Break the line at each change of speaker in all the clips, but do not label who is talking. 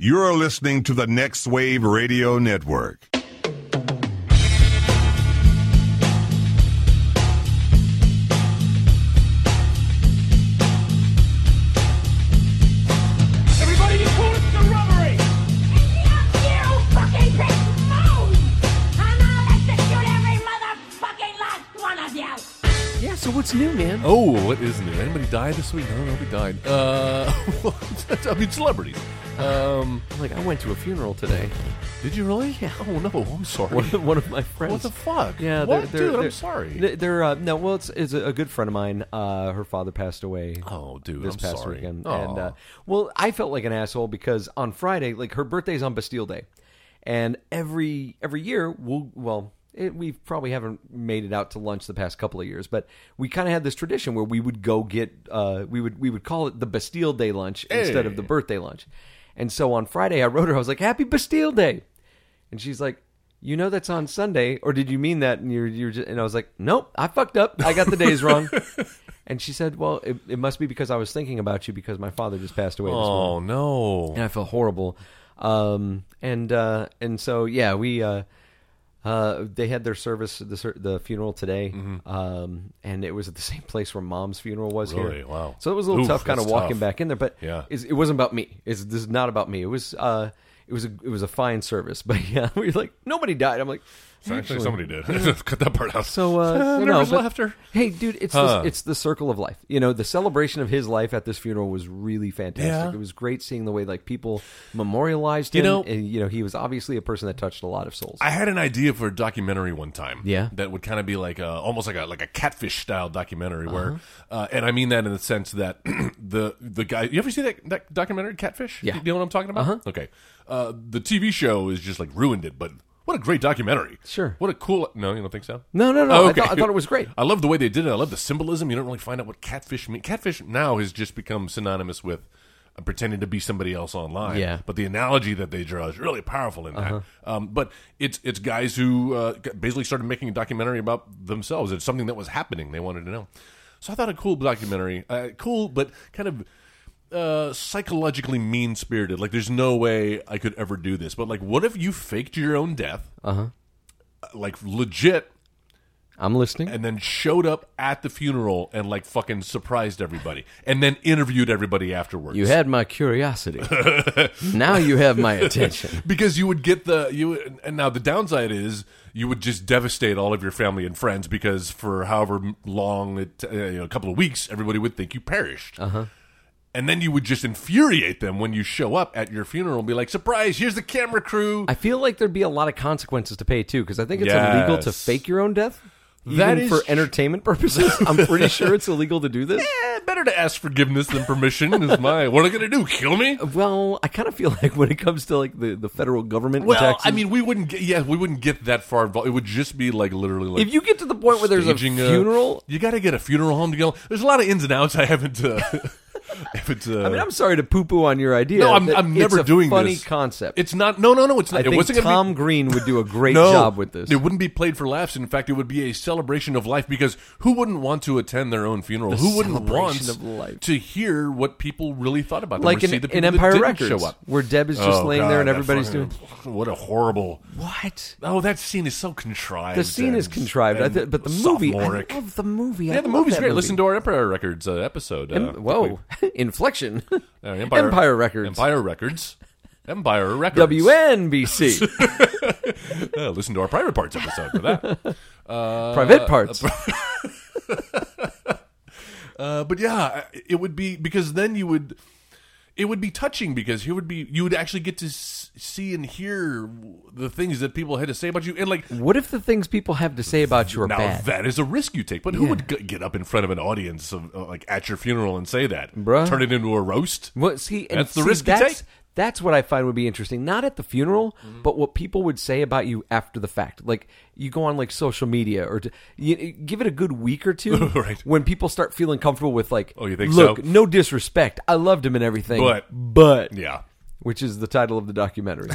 You're listening to the Next Wave Radio Network.
Everybody, you call it the robbery!
Yeah, so what's new, man?
Oh, what is new? Anybody died this week? No, nobody died. Uh, I mean, celebrities. Um,
I'm like, I went to a funeral today.
did you really? Yeah. Oh no, I'm sorry.
One, one of my friends.
What the fuck?
Yeah,
What?
they're, they're,
Dude, I'm
they're-
sorry.
They're, they're, uh, no, well, it's, it's a good friend of mine. Uh, her father passed away.
Oh, dude,
this
I'm
past
sorry. Oh.
weekend.
Aw.
And uh, well, I felt like an asshole because on Friday, like her birthday's on Bastille Day, and every every year we'll well. It, we probably haven't made it out to lunch the past couple of years, but we kind of had this tradition where we would go get uh, we would we would call it the Bastille Day lunch instead of the birthday lunch. And so on Friday, I wrote her. I was like, "Happy Bastille Day," and she's like, "You know that's on Sunday, or did you mean that?" And you're you're just, and I was like, "Nope, I fucked up. I got the days wrong." And she said, "Well, it, it must be because I was thinking about you because my father just passed away this morning,
oh no.
and I felt horrible." Um, and uh, and so yeah, we uh, uh, they had their service the ser- the funeral today,
Mm-hmm.
um, and it was at the same place where Mom's funeral was
Really?
here.
Wow.
So it was a little
Oof,
tough, kind of
that's
walking
tough.
back in there, but
Yeah.
it's, it wasn't about me. It's, this is not about me. It was uh, it was a it was a fine service, but yeah, we were like nobody died. I'm like.
Actually, somebody did. Cut that part out.
So uh, no,
nervous
but-
laughter.
Hey, dude, it's
Huh.
the, it's the circle of life. You know, the celebration of his life at this funeral was really fantastic.
Yeah.
It was great seeing the way like people memorialized
You
him.
know-
and you know, he was obviously a person that touched a lot of souls.
I had an idea for a documentary one time.
Yeah.
that would kind of be like a, almost like a like a catfish style documentary where,
Uh-huh.
uh, and I mean that in the sense that the the guy. You ever see that, that documentary Catfish?
Yeah.
you know what I'm talking about. Uh-huh. Okay, uh, the TV show is just like ruined it, but. What a great documentary!
Sure.
What a cool. No, you don't think so?
No, no, no. I thought- I thought it was great.
I love the way they did it. I love the symbolism. You don't really find out what catfish mean. Catfish now has just become synonymous with uh, pretending to be somebody else online.
Yeah. Uh-huh.
But the analogy that they draw is really powerful in that. Um, but it's it's guys who uh, g- basically started making a documentary about themselves. It's something that was happening. They wanted to know. So I thought a cool documentary, uh, cool but kind of uh, psychologically mean spirited. Like there's no way I could ever do this. But like, what if you faked your own death? Uh-huh. Like legit
I'm listening.
and then showed up at the funeral and like fucking surprised everybody and then interviewed everybody afterwards.
you had my curiosity. now you have my attention.
because you would get the you and now the downside is you would just devastate all of your family and friends because for however m- long it uh, you know, a couple of weeks everybody would think you perished. Uh-huh. And then you would just infuriate them when you show up at your funeral and be like, "Surprise! Here's the camera crew."
I feel like there'd be a lot of consequences to pay too, because I think it's illegal to
Yes.
fake your own death. Even
That is
for
tr-
entertainment purposes. I'm pretty sure it's illegal to do this.
Eh, better to ask forgiveness than permission. is my what are they going to do? Kill me?
Well, I kind of feel like when it comes to like the, the federal government,
Well,
and taxes,
I mean, we wouldn't get yeah, we wouldn't get that far involved. It would just be like literally like
if you get to the point where there's a
staging
funeral,
you got to get a funeral home together. There's a lot of ins and outs. I haven't. Uh, haven't uh,
I mean, I'm sorry to poo poo on your idea.
no, I'm,
That-
I'm never
it's a
doing
funny
this.
concept.
It's not. No, no, no. It's not.
I
it
think
wasn't gonna
Tom
be,
Green would do a great
no,
job with this.
It wouldn't be played for laughs. In fact, it would be a celebration of life because who wouldn't want to attend their own funeral? who wouldn't want
celebration of life.
to hear what people really thought about them?
like
or see
in,
the
in
people that
Empire
didn't
Records,
show up.
where Deb is just
Oh,
laying there
God,
and
that
everybody's
fucking-
doing
What a horrible.
what?
Oh, that scene is so contrived.
The scene is
and-
contrived, I
and
thi- but the movie.
sophomoric.
I love the movie.
yeah, the movie's great. Listen to our Empire Records uh, episode. Uh,
Whoa, inflection.
uh, Empire,
Empire Records.
Empire Records. Empire Records.
WNBC
Uh, listen to our private parts episode for that.
private parts.
Uh, but yeah, it would be because then you would, it would be touching because you would be you would actually get to s- see and hear the things that people had to say about you and like
what if the things people have to say about you are
now
bad?
that is a risk you take. But who would g- get up in front of an audience of, uh, like at your funeral and say that?
Bruh.
Turn it into a roast.
Well, see, and
That's the
see,
risk you
that's,
take. Mm-hmm.
That's what I find would be interesting. Not at the funeral, but what people would say about you after the fact. Like you go on like social media or to, you, give it a good week or two
Right.
when people start feeling comfortable with like,
Oh, you think
look,
so?
no disrespect, I loved him and everything,
But-
but
Yeah,
which is the title of the documentary,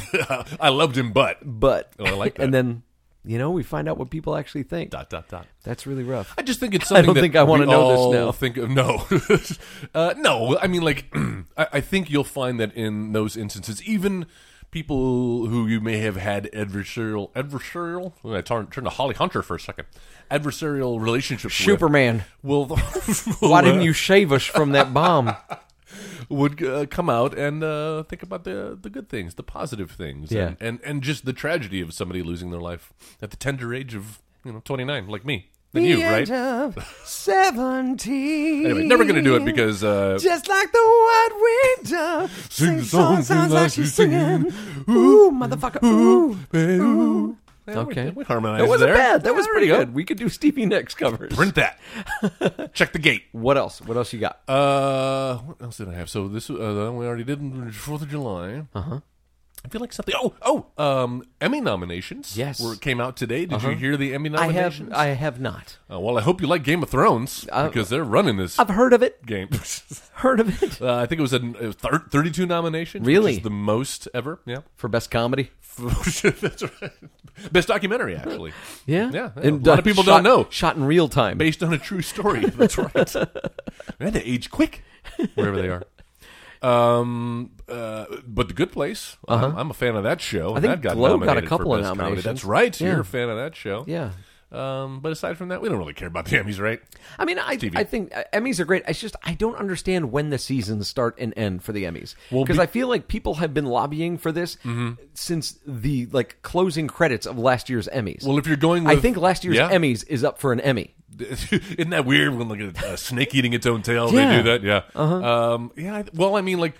I loved him, but
but
Oh, I like
and
that.
then You know, we find out what people actually think.
Dot dot dot.
That's really rough.
I just think it's something
don't
that
think I wanna
we
know this
all
now.
Think of no, uh, no. I mean, like, I, I think you'll find that in those instances, even people who you may have had adversarial, adversarial. Ooh, I turn turn to Holly Hunter for a second. Adversarial relationships.
Superman,
With, will uh,
why didn't you save us from that bomb?
would uh, come out and uh, think about the the good things, the positive things,
Yeah.
and, and and just the tragedy of somebody losing their life at the tender age of you know twenty nine, like me, than you, right?
Seventeen.
Anyway, never gonna do it because uh,
Just like the white wind dove
Sing the song, sing like she's singing.
Ooh, motherfucker, ooh.
okay,
Okay.
we, we harmonized
That wasn't
there.
bad. That was
There
pretty
you go.
good. We could do Stevie Nicks covers.
Print that. Check the gate.
What else? What else you got?
Uh, what else did I have? So this uh, that we already did Fourth of July. Uh
Uh-huh.
huh. I feel like something. Oh, oh, um, Emmy nominations.
Yes. Uh-huh.
were came out today. Did you hear the Emmy
I
nominations?
have I have not.
Uh, well, I hope you like Game of Thrones because they're running this
Uh, I've heard of it.
game. uh,
Heard of it.
I think it was a, it was thir- 32 nominations. which
Really?
is the most ever. Yeah,
For best comedy.
That's right. best documentary actually.
Yeah.
yeah.
And,
a lot
uh,
of people don't
shot-
know.
Shot in real time.
Based on a true story. That's right. Man, they age quick wherever they are. Um, uh, but the Good Place. I'm, I'm a fan of that show.
Uh-huh. I think
that got
Glow got a
nominated for
couple of
Best Comedy.
nominations.
That's right.
Yeah.
You're a fan of that show.
yeah.
Um, but aside from that, we don't really care about the Emmys, right?
I mean, I,
TV.
I think uh, Emmys are great. It's just I don't understand when the seasons start and end for the Emmys because
Well, be- Mm-hmm.
I feel like people have been lobbying for this since the like closing credits of last year's Emmys.
Well, if you're going,
I
with,
think last year's
Yeah.
Emmys is up for an Emmy.
Isn't that weird when like a, a snake eating its own tail?
Yeah.
They do that, yeah. Um, yeah. I- Well, I mean, like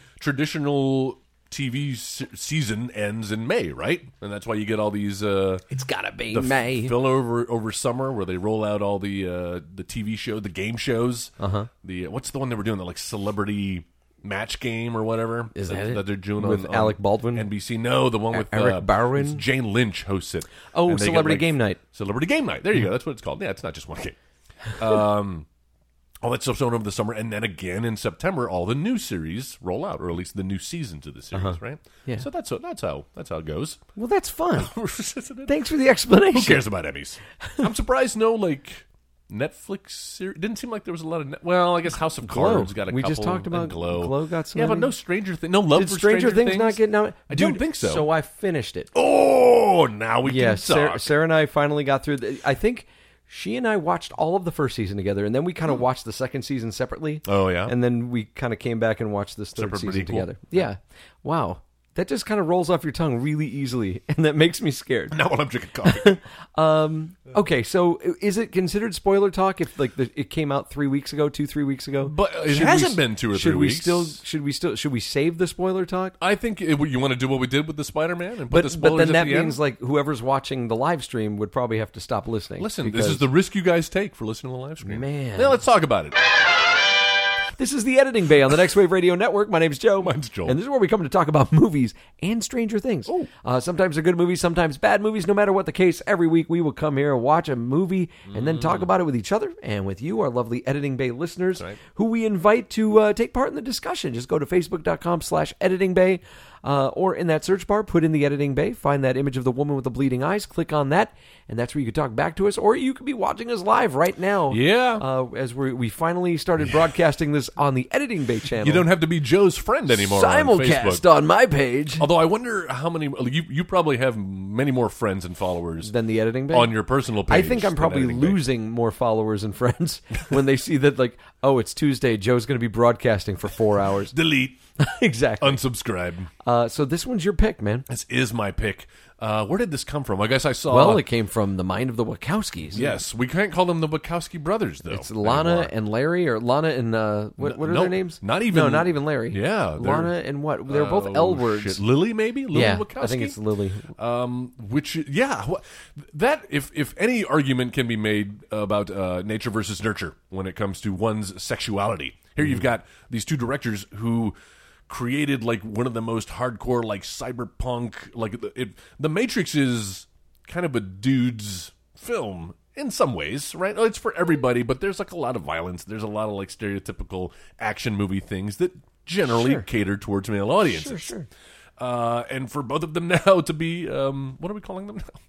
traditional TV se- season ends in May, right? And that's why you get all these. Uh,
It's gotta be
the f-
May.
fill over over summer where they roll out all the uh, the TV show, the game shows. Uh-huh. The what's the one they were doing the like celebrity match game or whatever
Is that
that
it?
they're doing
With
on, on
Alec Baldwin?
NBC? No, the one with
Eric
uh,
Barwin?
it's Jane Lynch hosts it.
Oh,
And they get,
Celebrity Game Night. Hmm.
Celebrity game night. There you go. That's what it's called. Yeah, it's not just one game. Um, All that stuff's on over the summer, and then again in September, all the new series roll out, or at least the new seasons of the series, right?
Uh-huh. Yeah.
So that's that's how that's how it goes.
well, that's fun.
Isn't it?
Thanks for the
Who
explanation.
cares about Emmys? I'm surprised no like Netflix series didn't seem like there was a lot of. Net- well, I guess House of
Glow.
Cards got a
We
couple.
just talked
and
about
Glow.
Glow got some
Yeah, but
Emmys.
no Stranger Things. No love
Did
for
Stranger Things, not get
getting
nominated?
I didn't
Dude,
think so.
So I finished it.
Oh, now we
yeah,
can
Sarah,
talk.
Sarah and I finally got through. The, I think she and I watched all of the first season together, and then we kind of watched the second season separately.
Hmm. Oh, yeah?
and then we kind of came back and watched this third
Separate but
season
equal.
together. Yeah, wow, that just kind of rolls off your tongue really easily, and that makes me scared.
Now while I'm drinking coffee.
Okay, so i- is it considered spoiler talk if like the, it came out three weeks ago, two three weeks ago?
But it
Should we
hasn't
s-
been two or
should
three
we
weeks.
Still, should we still should we save the spoiler talk?
I think it, you want to do what we did with the Spider-Man and put the
But,
spoilers
but then
at
that
the end?
means like whoever's watching the live stream would probably have to stop listening.
Listen, this
because-
is the risk you guys take for listening to the live stream.
Man.
Now let's talk about it.
This is the Editing Bay on the Next Wave Radio Network. My name's Joe.
Mine's Joel.
And this is where we come to talk about movies and Stranger Things. Uh, sometimes they're good movies, sometimes bad movies. No matter what the case, every week we will come here and watch a movie and then
Mm.
talk about it with each other and with you, our lovely Editing Bay listeners, who we invite to uh, take part in the discussion. Just go to facebook.com slash editing bay uh, or in that search bar, put in the Editing Bay, find that image of the woman with the bleeding eyes, click on that, and that's where you can talk back to us or you could be watching us live right now
Yeah.
uh, as we we finally started broadcasting this on the Editing Bay channel.
You don't have to be Joe's friend anymore on Facebook.
simulcast on, my page
Although I wonder how many you, you probably have many more friends and followers
than the Editing Bay
on your personal page.
I think I'm
than
probably
Editing Bay.
losing more followers and friends when they see that like, oh, it's Tuesday. Joe's going to be broadcasting for four hours.
Delete,
exactly.
unsubscribe.
Uh, so this one's your pick, man.
This is my pick. Uh, where did this come from? I guess I saw.
Well, it came from the mind of the Wachowskis.
Uh, yes, we can't call them the Wachowski brothers though.
It's Lana
anymore.
and Larry, or Lana and uh, what, what are
no,
their names?
not even-
no, not even Larry.
Yeah, they're-
Lana and what? They're both
Oh,
L words.
shit. Lily, maybe Lily
yeah,
Wachowski.
I think it's Lily.
um, which yeah, wha- that if if any argument can be made about uh, nature versus nurture when it comes to one's sexuality, here you've got these two directors who created like one of the most hardcore like cyberpunk like the- it, the Matrix is kind of a dude's film in some ways, right? It's for everybody, but there's like a lot of violence. There's a lot of like stereotypical action movie things that generally cater towards male audiences.
sure.
Uh, and for both of them now to be, um, what are we calling them now?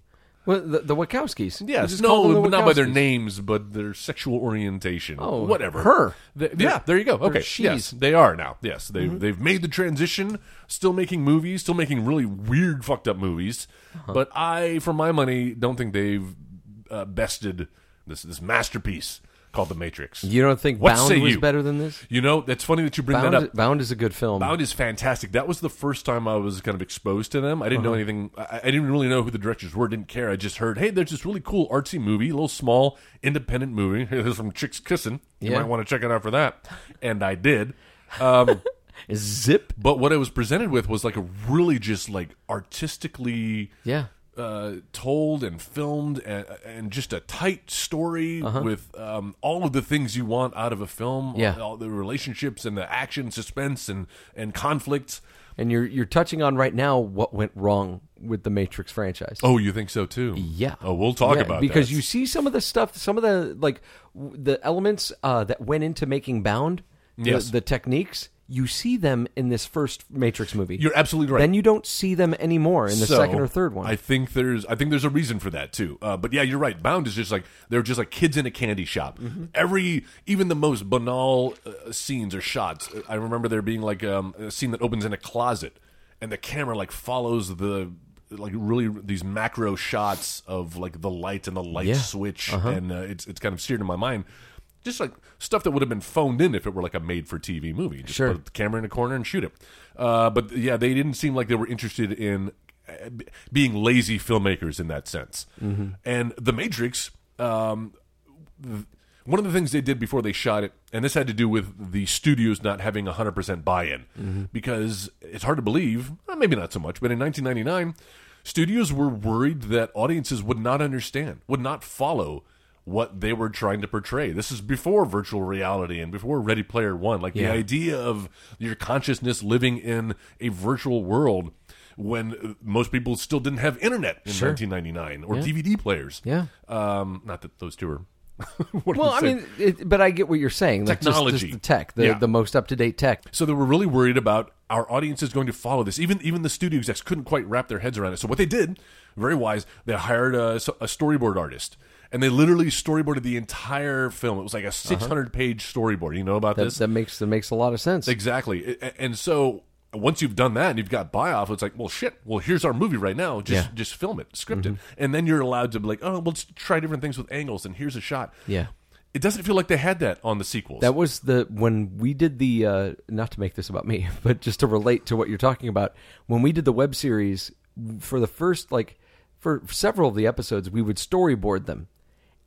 Well, the, the Wachowskis. We
Yes,
just call them
no,
the
but not by their
Wachowskis.
names, but their sexual orientation.
Oh,
whatever.
her.
They- yeah, there you go. Okay,
she's.
yes, Mm-hmm. they are now. Yes, they they've made the transition. Still making movies. Still making really weird, fucked up movies. But I, for my money, don't think they've uh, bested this this masterpiece called The Matrix.
You don't think
What say
Bound was
you?
better than this?
You know, that's funny that you bring
Bound,
that up.
Bound is a good film.
Bound is fantastic. That was the first time I was kind of exposed to them. I
Uh-huh.
didn't know anything. I, I didn't really know who the directors were. Didn't care. I just heard, hey, there's this really cool artsy movie, a little small independent movie. This is from Chicks Kissing. You
Yeah.
might want to check it out for that. And I did. Um,
Zip.
but what I was presented with was like a really just like artistically
Yeah.
uh, told and filmed and, and just a tight story with um, all of the things you want out of a film.
Uh-huh. Yeah.
all the relationships and the action, suspense, and and conflicts.
And you're you're touching on right now what went wrong with the Matrix franchise.
Oh, you think so too?
Yeah.
Oh, we'll talk
Yeah,
about
because
that.
you see some of the stuff, some of the like w- the elements uh, that went into making Bound. the-
Yes.
The, techniques you see them in this first Matrix movie.
You're absolutely right.
Then you don't see them anymore in the
So,
second or third one.
I think there's I think there's a reason for that too. Uh, but yeah, you're right. Bound is just like they're just like kids in a candy shop.
Mm-hmm.
Every even the most banal uh, scenes or shots. uh, I remember there being like um, a scene that opens in a closet, and the camera like follows the like really these macro shots of like the light and the light
Yeah. Uh-huh.
switch, and uh, it's it's kind of seared in my mind. Just like stuff that would have been phoned in if it were like a made-for-TV movie. Just
Sure.
put the camera in a corner and shoot it. Uh, but yeah, they didn't seem like they were interested in uh, b- being lazy filmmakers in that sense. And The Matrix, um, th- one of the things they did before they shot it, and this had to do with the studios not having 100% buy in,
Mm-hmm.
because it's hard to believe, uh, maybe not so much, but in 1999, studios were worried that audiences would not understand, would not follow what they were trying to portray. This is before virtual reality and before Ready Player One. Like
Yeah.
the idea of your consciousness living in a virtual world when uh, most people still didn't have internet in 1999 or DVD players.
Yeah.
Um, not that those two are. what am
well, I
saying?
mean, it, but I get what you're saying. Like, just- just,
Technology.
the tech, the,
Yeah.
the most up to date tech.
So they were really worried about our audience is going to follow this. Even even the studio execs couldn't quite wrap their heads around it. So what they did, very wise, they hired a, a storyboard artist. And they literally storyboarded the entire film. It was like a 600 page storyboard. You know about
Uh-huh. That,
this?
that makes that makes a lot of sense.
Exactly. A- And so once you've done that and you've got buy off, it's like, well, shit. Well, here's our movie right now. Just
Yeah. Mm-hmm.
just film it, script it, and then you're allowed to be like, oh, well, let's try different things with angles. And here's a shot.
Yeah.
It doesn't feel like they had that on the sequels.
That was the when we did the uh, not to make this about me, but just to relate to what you're talking about. When we did the web series for the first like for several of the episodes, we would storyboard them,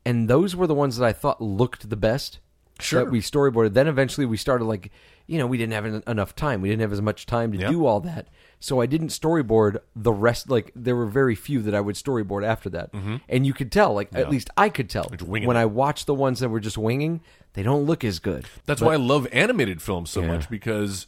and those were the ones that I thought looked the best.
Sure.
That we storyboarded. Then eventually we started like, you know, we didn't have en- enough time. We didn't have as much time to
Yeah.
do all that. So I didn't storyboard the rest. Like there were very few that I would storyboard after that. And you could tell, like at least I could tell when
winging Mm-hmm. it.
I watched the ones that were just winging, they don't look as good.
That's why I love animated films so much because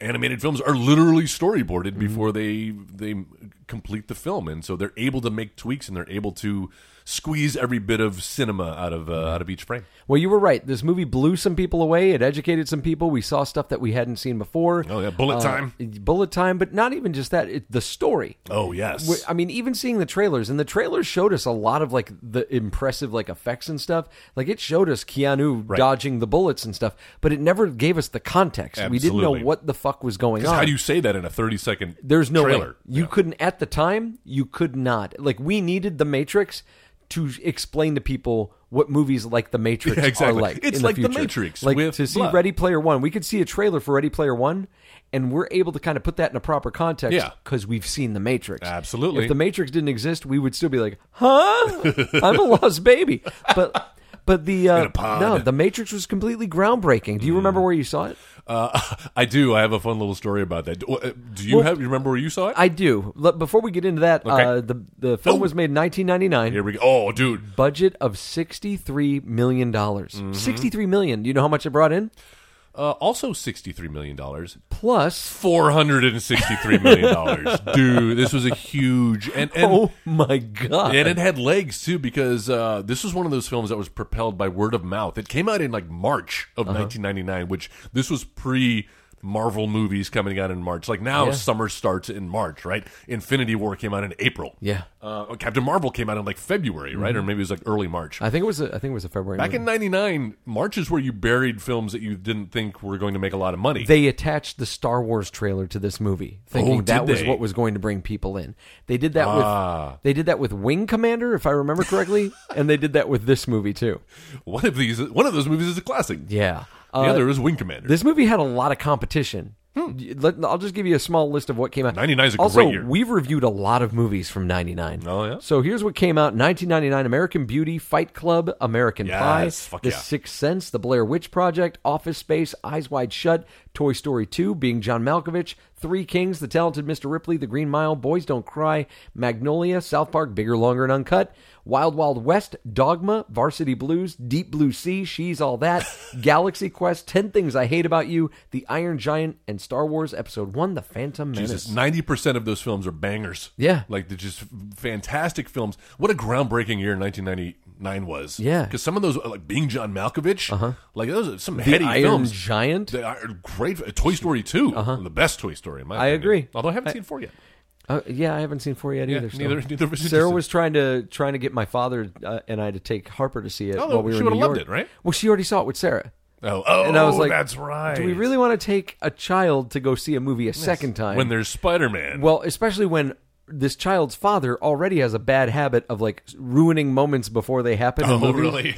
animated films are literally storyboarded
Mm-hmm.
before they they complete the film, and so they're able to make tweaks and they're able to squeeze every bit of cinema out of uh,
Mm-hmm.
out of each frame.
Well, you were right. This movie blew some people away. It educated some people. We saw stuff that we hadn't seen before. Uh,
Oh, yeah, bullet time.
Bullet time, but not even just that. It, the story.
Oh yes,
Wh- I mean, even seeing the trailers, and the trailers showed us a lot of like the impressive like effects and stuff. Like it showed us Keanu dodging the bullets and stuff, but it never gave us the context. We didn't
Absolutely.
know what the fuck was going on.
how do you say that in a thirty second?
There's no
trailer?
way. You couldn't at the time. You could not. Like we needed the Matrix to explain to people what movies like the Matrix
Yeah, exactly.
are like.
It's
in
like The
future.
Matrix
Like
with
to see
blood.
Ready Player One, we could see a trailer for Ready Player One, and we're able to kind of put that in a proper context.
Yeah.
because we've seen the Matrix.
Absolutely.
If the Matrix didn't exist, we would still be like, "Huh? I'm a lost baby." But. But the
In
uh,
a pod.
no, the Matrix was completely groundbreaking. Do you remember where you saw it?
Uh, I do. I have a fun little story about that. Do uh, do you
Well,
have? You remember where you saw it?
I do. Le- Before we get into that,
Okay.
uh, the the film
Oh.
was made in 1999.
Here we go. Oh, dude.
budget of $63 million.
Mm-hmm.
$63 million. Do you know how much it brought in?
Uh, also, sixty-three million dollars.
Plus,
Four hundred and sixty-three million dollars, dude. This was a huge and, and
oh my God.
and it had legs too because uh, this was one of those films that was
Uh-huh.
propelled by word of mouth. It came out in like March of 1999, which this was pre Marvel movies coming out in March. Like now,
Yeah.
summer starts in March, right? Infinity War came out in April.
Yeah. Mm-hmm.
Uh, Captain Marvel came out in like February, right? Or maybe it was like early March.
I think it was. A, I think it was a February.
Back
movie.
in '99, March is where you buried films that you didn't think were going to make a lot of money.
they attached the Star Wars trailer to this movie, thinking
Oh, did
that was
they? Ah.
what was going to bring people in. They did that with they did that with Wing Commander, if I remember correctly, and they did that with this movie too.
one of these, one of those movies is a classic.
Yeah.
The
Uh,
other is Wing Commander.
This movie had a lot of competition. Y- Let, I'll just give you a small list of what came out.
99 Hmm. is a
also,
great year.
we've reviewed a lot of movies from 99.
Oh, yeah?
So here's what came out 1999 American Beauty, Fight Club, American Pie,
Yes, fuck
The
yeah.
Sixth Sense, The Blair Witch Project, Office Space, Eyes Wide Shut, Toy Story 2, Being John Malkovich, Three Kings, The Talented Mr. Ripley, The Green Mile, Boys Don't Cry, Magnolia, South Park, Bigger, Longer, and Uncut, Wild Wild West, Dogma, Varsity Blues, Deep Blue Sea, She's All That, Galaxy Quest, 10 Things I Hate About You, The Iron Giant, and Star Wars Episode 1, The Phantom Menace.
Jesus, ninety percent of those films are bangers.
Yeah.
like they're just fantastic films. What a groundbreaking year nineteen ninety nine was.
Yeah. Uh-huh.
because some of those, like being John Malkovich, like those are some
The
heady
Iron
films.
Giant? Uh-huh.
They are great. uh, Toy Story 2 the best Toy Story. In my
I
opinion.
agree.
Although I haven't seen four yet.
Uh, yeah, I haven't seen four yet either. so.
neither- neither of us is
Sarah
interested.
was trying to trying to get my father uh, and I to take Harper to see it
Oh,
while we
she
were in
would've
New
loved
York.
it, right?
Well, she already saw it with Sarah,
Oh, oh,
and I was like,
that's right.
Do we really want to take a child to go see a movie a second time?
When there's Spider Man,
well, especially when this child's father already has a bad habit of like ruining moments before they happen. in
oh,
movies.
really?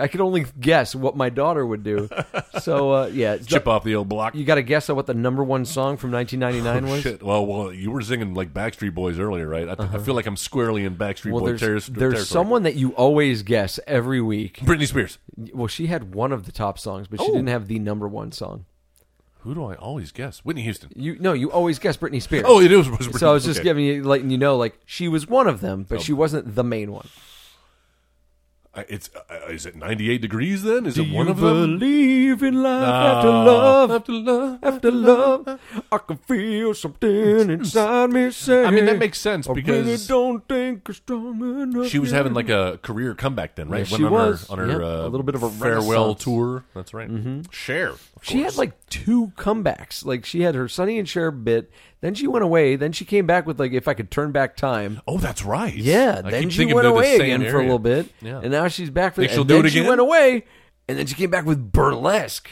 I could only guess what my daughter would do. so uh, yeah,
Chip off the old block.
you got to guess at what the number one song from 1999 was.
Oh,
Uh-huh.
Shit. Well, well, you were singing like Backstreet Boys earlier, right? I, I feel like I'm squarely in Backstreet
Well,
Boy
there's,
terrorist- territory.
there's someone that you always guess every week.
Britney Spears.
Well, she had one of the top songs, but she
Oh.
didn't have the number one song.
Who do I always guess? Whitney Houston.
You no, you always guess Britney Spears.
Oh, it is. Was Britney.
so I was just
okay. Oh.
giving you, letting you know, like she was one of them, but she wasn't the main one.
I- It's uh, is it 98 degrees then? Is it one
you
of them?
believe in life after
Ah,
love,
after love,
after love. I can feel something inside me say.
I mean, that makes sense
I really
because
don't think you're strong enough.
she was having like a career comeback then, right?
Yeah,
Went
she
on
was.
her, on her
Yeah,
uh,
a little bit of a
farewell
renaissance. Mm-hmm.
tour. That's right. Share.
She had like two comebacks. Like she had her Sonny and Cher bit, then she went away, then she came back with like if I could turn back time.
Oh, that's right.
Yeah,
I
then
keep
she
thinking
went
they're the
away
same
again for a
area.
little bit,
Yeah.
and now she's back for.
Think
and
she'll do
then
it
She
again?
went away, and then she came back with burlesque.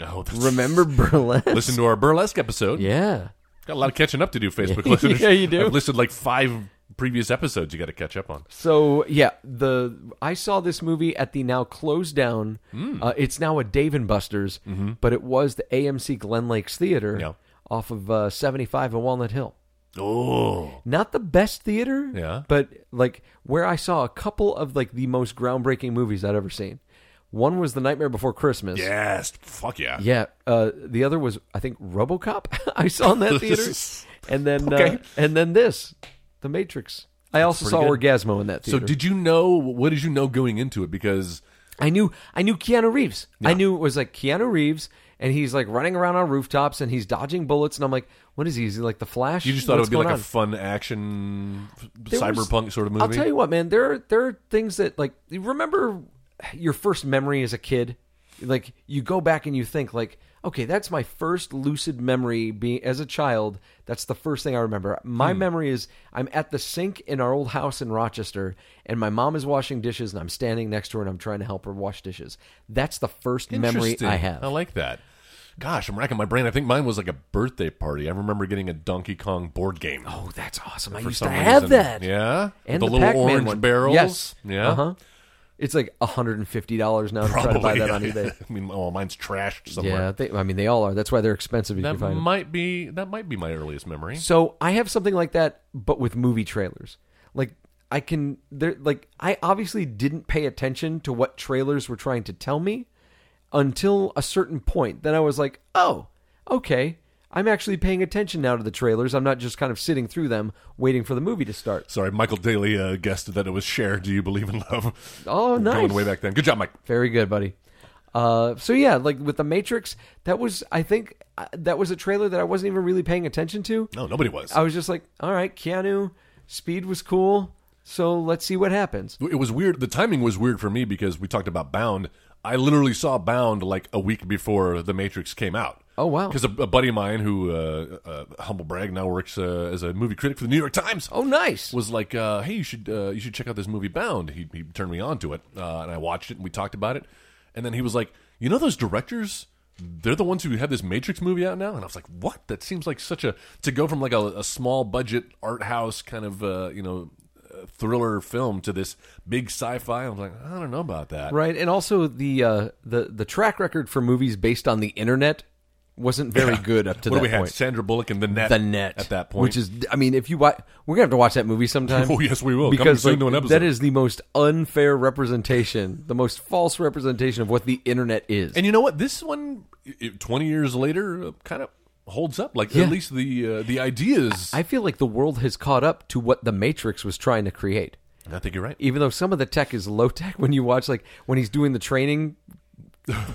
Oh, that's,
Remember burlesque?
Listen to our burlesque episode.
yeah,
Got a lot of catching up to do, Facebook listeners.
Yeah, you do.
I've listed like five previous episodes you got to catch up on.
so yeah, the I saw this movie at the now closed down. Uh, it's now a Dave and Buster's, but it was the AMC Glen Lakes Theater
Yeah.
off of uh, seventy five and Walnut Hill.
Oh,
not the best theater,
Yeah.
but like where I saw a couple of like the most groundbreaking movies I'd ever seen. One was The Nightmare Before Christmas.
yes. Fuck yeah.
Yeah. Uh, the other was I think RoboCop. I saw in that theater, and then uh,
Okay.
and then this, The Matrix. I also saw
pretty good.
Orgasmo in that
So
theater.
did you know? What did you know going into it? Because
I knew I knew Keanu Reeves. I knew it was like Keanu Reeves, and he's like running around on rooftops and he's dodging bullets, and I'm like, what is he? Is he like the Flash?
you just thought
What's
it would be
going
like
on?
a fun action f-
there was-
cyberpunk sort of movie.
I'll tell you what, man. There are there are things that like you remember your first memory as a kid. Like you go back and you think like, okay, that's my first lucid memory. Being as a child, that's the first thing I remember. My
Hmm.
memory is I'm at the sink in our old house in Rochester, and my mom is washing dishes, and I'm standing next to her, and I'm trying to help her wash dishes. That's the first memory
Interesting.
I have.
I like that. Gosh, I'm racking my brain. I think mine was like a birthday party. I remember getting a Donkey Kong board game.
oh, that's awesome! I
for
used to
some
have
reason.
that.
Yeah,
and
the,
the
little
Pac-Man
orange
one.
barrels.
Yes.
Yeah,
Uh-huh. It's like 150 dollars now to try to buy that on eBay.
I mean, oh, mine's trashed
Yeah,
somewhere.
they, I mean they all are. That's why they're expensive if you
that
find them.
might be that might be my earliest memory.
So I have something like that, but with movie trailers. Like I can, there, like I obviously didn't pay attention to what trailers were trying to tell me until a certain point. Then I was like, oh, okay. I'm actually paying attention now to the trailers. I'm not just kind of sitting through them waiting for the movie to start.
Sorry, Michael Daly uh, guessed that it was Cher. Do you believe in love?
Oh, nice.
Going way back then. Good job, Mike.
Very good, buddy. Uh, so yeah, like with the Matrix, that was I think uh, that was a trailer that I wasn't even really paying attention to.
No, nobody was.
I was just like, all right, Keanu, speed was cool. So let's see what happens.
it was weird. The timing was weird for me because we talked about Bound. I literally saw Bound like a week before The Matrix came out.
Oh, wow.
Because a, a buddy of mine who uh, uh, humble brag now works uh, as a movie critic for the New York Times
Oh, nice.
was like, uh, "Hey, you should uh, you should check out this movie Bound." He, he turned me on to it, uh, and I watched it, and we talked about it. And then he was like, "You know those directors? They're the ones who have this Matrix movie out now." And I was like, "What? That seems like such a to go from like a, a small budget art house kind of uh, you know uh, thriller film to this big sci-fi." I was like, "I don't know about that."
Right, and also the uh, the the track record for movies based on the internet wasn't very good up to
what
that
do we have?
point.
Sandra Bullock and the net.
the net
at that point,
which is I mean, if you watch, we're gonna have to watch that movie sometime.
Oh, yes, we will. Coming
Because
soon
like,
to an episode.
that is the most unfair representation, the most false representation of what the internet is.
And you know what? This one, i- i- twenty years later, uh, kind of holds up. Like
Yeah.
at least the uh, the ideas.
I feel like the world has caught up to what the Matrix was trying to create.
I think you're right.
Even though some of the tech is low tech, when you watch like when he's doing the training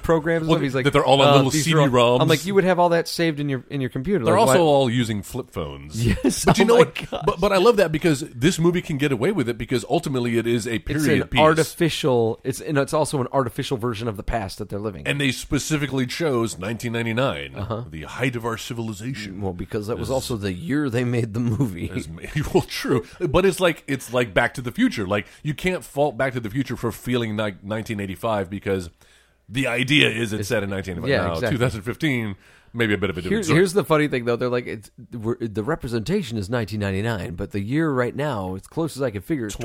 programs, and
Well,
stuff, he's like
that they're all on
uh,
little
these are all-
CD-ROMs.
I'm like, you would have all that saved in your in your computer.
They're
Like,
also
why-
all using flip phones.
Yes,
but you
oh
know
my
what?
gosh.
But, but I love that because this movie can get away with it because ultimately it is a
it's
period
an
piece,
artificial. It's and it's also an artificial version of the past that they're living.
and they specifically chose 1999,
Uh-huh.
the height of our civilization.
well, because that was also the year they made the movie.
is ma- well true but it's like it's like back to the future like you can't fault back to the future for feeling like 1985 because the idea is it's set in 1985
yeah,
now
exactly.
2015 maybe a bit of a different
Here's,
story.
here's the funny thing, though. They're like, it's, we're, the representation is 1999, but the year right now, as close as I can figure, is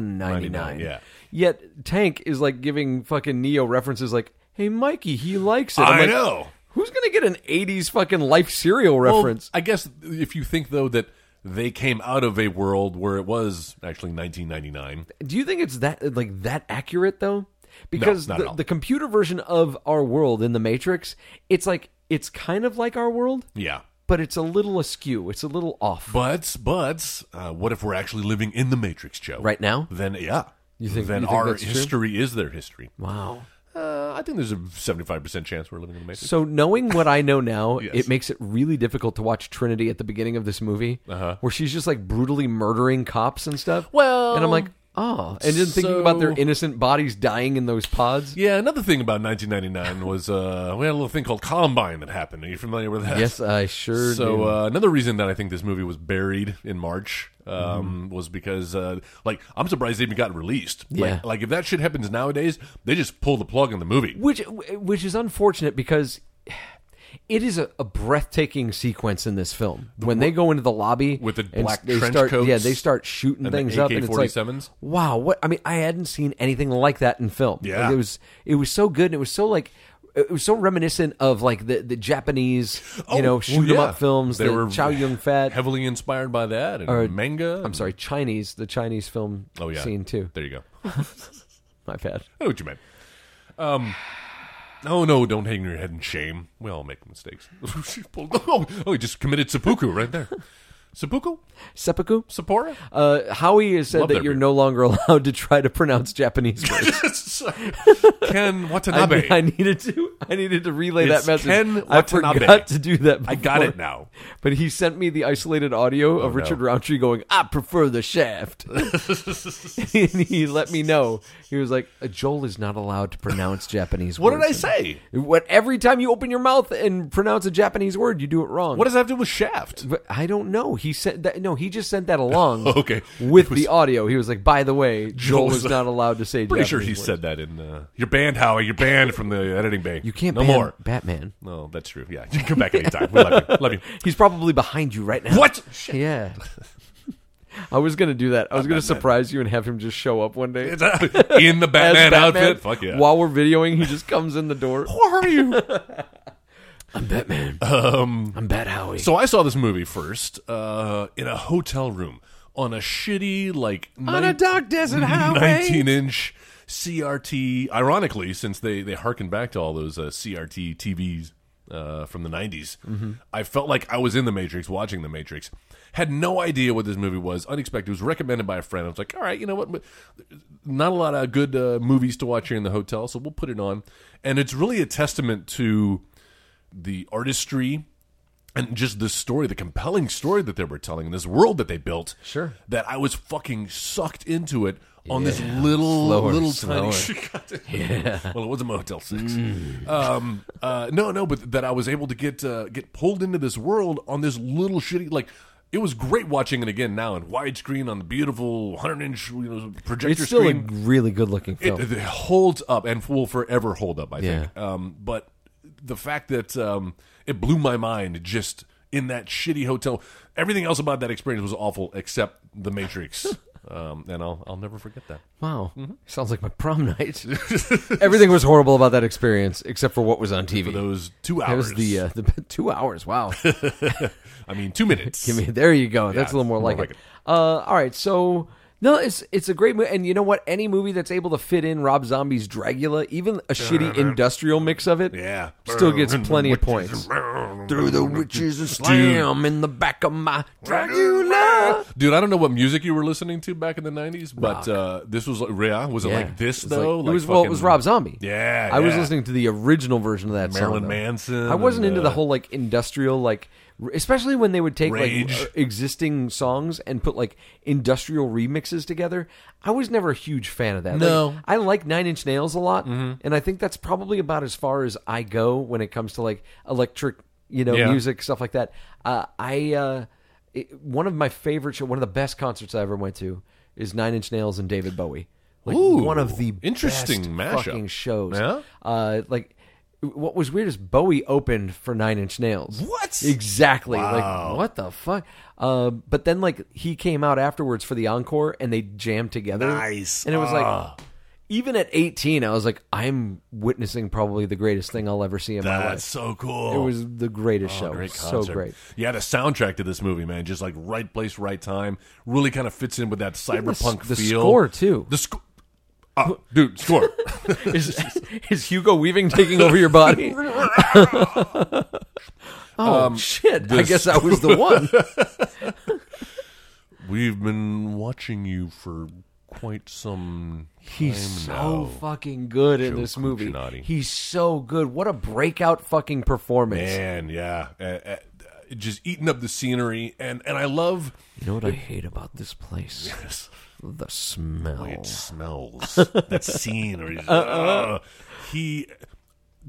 2199.
yeah.
Yet Tank is like giving fucking Neo references, like, "Hey, Mikey, he likes it." I'm
i
like,
know
Who's gonna get an 80s fucking life serial
Well,
reference?
i guess if you think though that they came out of a world where it was actually 1999
Do you think it's that like that accurate though? Because
not at
the,
all.
the computer version of our world in the Matrix, it's like it's kind of like our world,
yeah
but it's a little askew. It's a little off.
but but uh, what if we're actually living in the matrix joe
Right now?
then yeah
You think-
then
you think
our
that's true?
history is their history
wow.
Uh, I think there's a 75% chance we're living in the Matrix.
So knowing what I know now,
Yes.
it makes it really difficult to watch Trinity at the beginning of this movie, where she's just like brutally murdering cops and stuff.
Uh-huh. Well,
and I'm like, oh, and then thinking about their
so-
innocent bodies dying in those pods.
Yeah, another thing about 1999 was uh, we had a little thing called Columbine that happened. Are you familiar with that?
Yes, I sure. do.
So uh, another reason that I think this movie was buried in March um,
Mm-hmm.
was because, uh, like, I'm surprised they even got released. Like-
Yeah.
Like, if that shit happens nowadays, they just pull the plug on the movie.
which which is unfortunate because it is a, a breathtaking sequence in this film when they go into the lobby
With the
and
black
they
trench
start,
coats
Yeah, they start shooting
and the
things up, and it's like,
AK-47s.
wow, what? I mean, I hadn't seen anything like that in film.
Yeah.
Like, it was it was so good, and it was so like. It was so reminiscent of like the, the Japanese, you know, shoot 'em up films.
Oh, They
the
were
Chow Yun Fat.
heavily inspired by that and manga.
I'm sorry, Chinese. The Chinese film
Oh yeah,
scene too.
There you go.
My bad.
I know what you meant. Um, oh no, don't hang your head in shame. We all make mistakes. She pulled- oh, oh, he just committed seppuku right there. seppuku,
Seppuku.
Sapporo.
Uh, Howie has said
Love
that,
that
you're
beer.
no longer allowed to try to pronounce Japanese words.
Ken
I,
Watanabe.
I needed to. I needed to relay
It's
that message.
Ken
I
Watanabe.
forgot to do that.
I got
before.
it now. Oh,
But he sent me the isolated audio of Richard Roundtree going, "I prefer the shaft," and he let me know. He was like, "Uh, "Joel is not allowed to pronounce Japanese."
What did
words.
I say?
What every time you open your mouth and pronounce a Japanese word, you do it wrong.
What does that have to do with Shaft?
But I don't know. He said that. No, he just sent that along.
Okay.
With
It was-
the audio, he was like, "By the way,
Joel
Joel, is
was-
not allowed to say."
Pretty
Japanese
sure he
words.
said that in uh, "You're banned, Howie. You're banned from the editing bay.
You can't
no
ban
more."
Batman.
No, that's true. Yeah, you can come back anytime. We love you. Love you.
He's probably behind you right now.
What? Shit.
Yeah. I was gonna do that. I was gonna surprise you and have him just show up one day
It's, uh, in the
as
Batman,
Batman.
outfit. Fuck yeah.
While we're videoing, he just comes in the door.
Who are you?
I'm Batman. Um, I'm Bat Howie.
So I saw this movie first uh, in a hotel room on a shitty like
on a dark desert highway.
nineteen inch CRT. Ironically, since they they harken back to all those uh, CRT TVs. Uh, from the 90s.
Mm-hmm.
I felt like I was in The Matrix watching The Matrix. Had no idea what this movie was. Unexpected. It was recommended by a friend. I was like, all right, you know what? Not a lot of good uh, movies to watch here in the hotel, so we'll put it on. And it's really a testament to the artistry and just this story, the compelling story that they were telling, and this world that they built.
Sure.
That I was fucking sucked into it on this little,
Slower,
little
slower.
tiny. God, Well, it was a Motel Six.
Mm.
Um, uh, no, no, but that I was able to get uh, get pulled into this world on this little shitty like. It was great watching it again now in widescreen on the beautiful 100 inch you know, projector
It's still
screen.
a really good looking film.
It, it holds up and will forever hold up, I think.
Yeah.
Um, but the fact that um, it blew my mind just in that shitty hotel. Everything else about that experience was awful except The Matrix. um, and I'll, I'll never forget that.
Wow.
Mm-hmm.
Sounds like my prom night.
Everything was horrible about that experience, except for what
was on TV.
Those two
that was
hours.
the, uh, the two hours. Wow.
uh,
I mean, two minutes.
I mean, there you go.
That's a little more,
more
like,
like
it. Uh, all right, so no, it's it's a great movie, and you know what? Any movie that's able to fit in Rob Zombie's Dracula, even a shitty
Uh-huh.
industrial mix of it,
Yeah.
still gets plenty of points.
Through the witches and slam in the back of my Dracula.
Dude, I don't know what music you were listening to back in the 90s, but uh, this was like, yeah, was it
Yeah.
like this,
It was
though?
like-
it
Like
was well, it was
fucking-
Rob Zombie.
Yeah,
I was
yeah.
listening to the original version of that.
Marilyn
song, though.
Manson
I wasn't
and,
into the
uh,
whole like industrial like. r- Especially when they would take
Rage.
like uh, existing songs and put like industrial remixes together, I was never a huge fan of that.
No. Mm-hmm.
Like, I like Nine Inch Nails a lot, and I think that's probably about as far as I go when it comes to like electric, you know,
Yeah.
music stuff like that. Uh, I uh, it, one of my favorite, show, one of the best concerts I ever went to is Nine Inch Nails and David Bowie. Like
Ooh,
one of the
interesting
best
mashup.
fucking shows.
Yeah?
Uh, like what was weird is Bowie opened for Nine Inch Nails.
What?
Exactly. Like what the fuck? Uh, but then like he came out afterwards for the encore and they jammed together.
Nice. Ah.
And it was like even at 18 I was like I'm witnessing probably the greatest thing I'll ever see in my
That's
life.
so cool.
It was the greatest show.
Great
so
concert.
great.
Yeah, the soundtrack to this movie, man, just like right place, right time, really kind of fits in with that
the s-
cyberpunk
the
feel.
score, too.
The score, dude, score.
Is, is Hugo Weaving taking over your body? oh shit! I
this-
guess I was the one.
We've been watching you for quite some.
He's
time
so
now.
fucking good in this movie.
Cucinotti.
He's so good. What a breakout fucking performance!
Man, yeah, Uh, uh, just eating up the scenery, and and I love
You know what I hate about this place? The smell.
it smells that scenery. Uh, he.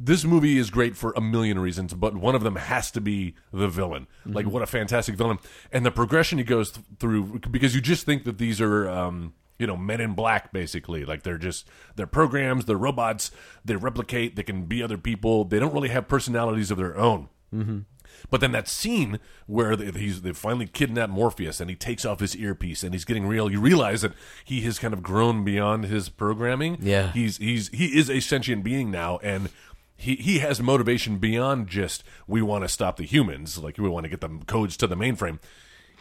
This movie is great for a million reasons, but one of them has to be the villain. Like, what a fantastic villain! And the progression he goes th- through, because you just think that these are, um, you know, Men in Black, basically. Like, they're just they're programs, they're robots, they replicate, they can be other people. They don't really have personalities of their own. But then that scene where they, he's they finally kidnap Morpheus and he takes off his earpiece and he's getting real. You realize that he has kind of grown beyond his programming.
Yeah.
he's he's he is a sentient being now, and he he has motivation beyond just we want to stop the humans, like we want to get the codes to the mainframe.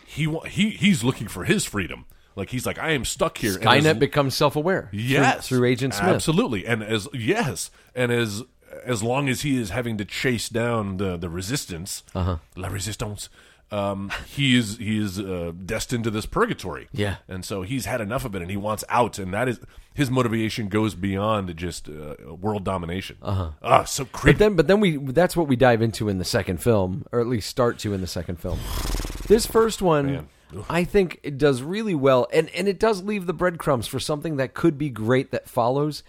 He wa- he he's looking for his freedom. Like he's like I am stuck here. and as-
Skynet becomes self-aware. through-
yes
through, Agent Smith.
absolutely and as yes and as as long as he is having to chase down the the resistance uh-huh. la resistance um, he is he is uh, destined to this purgatory
Yeah.
and so he's had enough of it and he wants out and that is his motivation goes beyond just uh, world domination uh-huh ah so
But
creepy
then, but then we—that's what we dive into in the second film, or at least start to in the second film. This first one, I think, it does really well, and and it does leave the breadcrumbs for something that could be great that follows.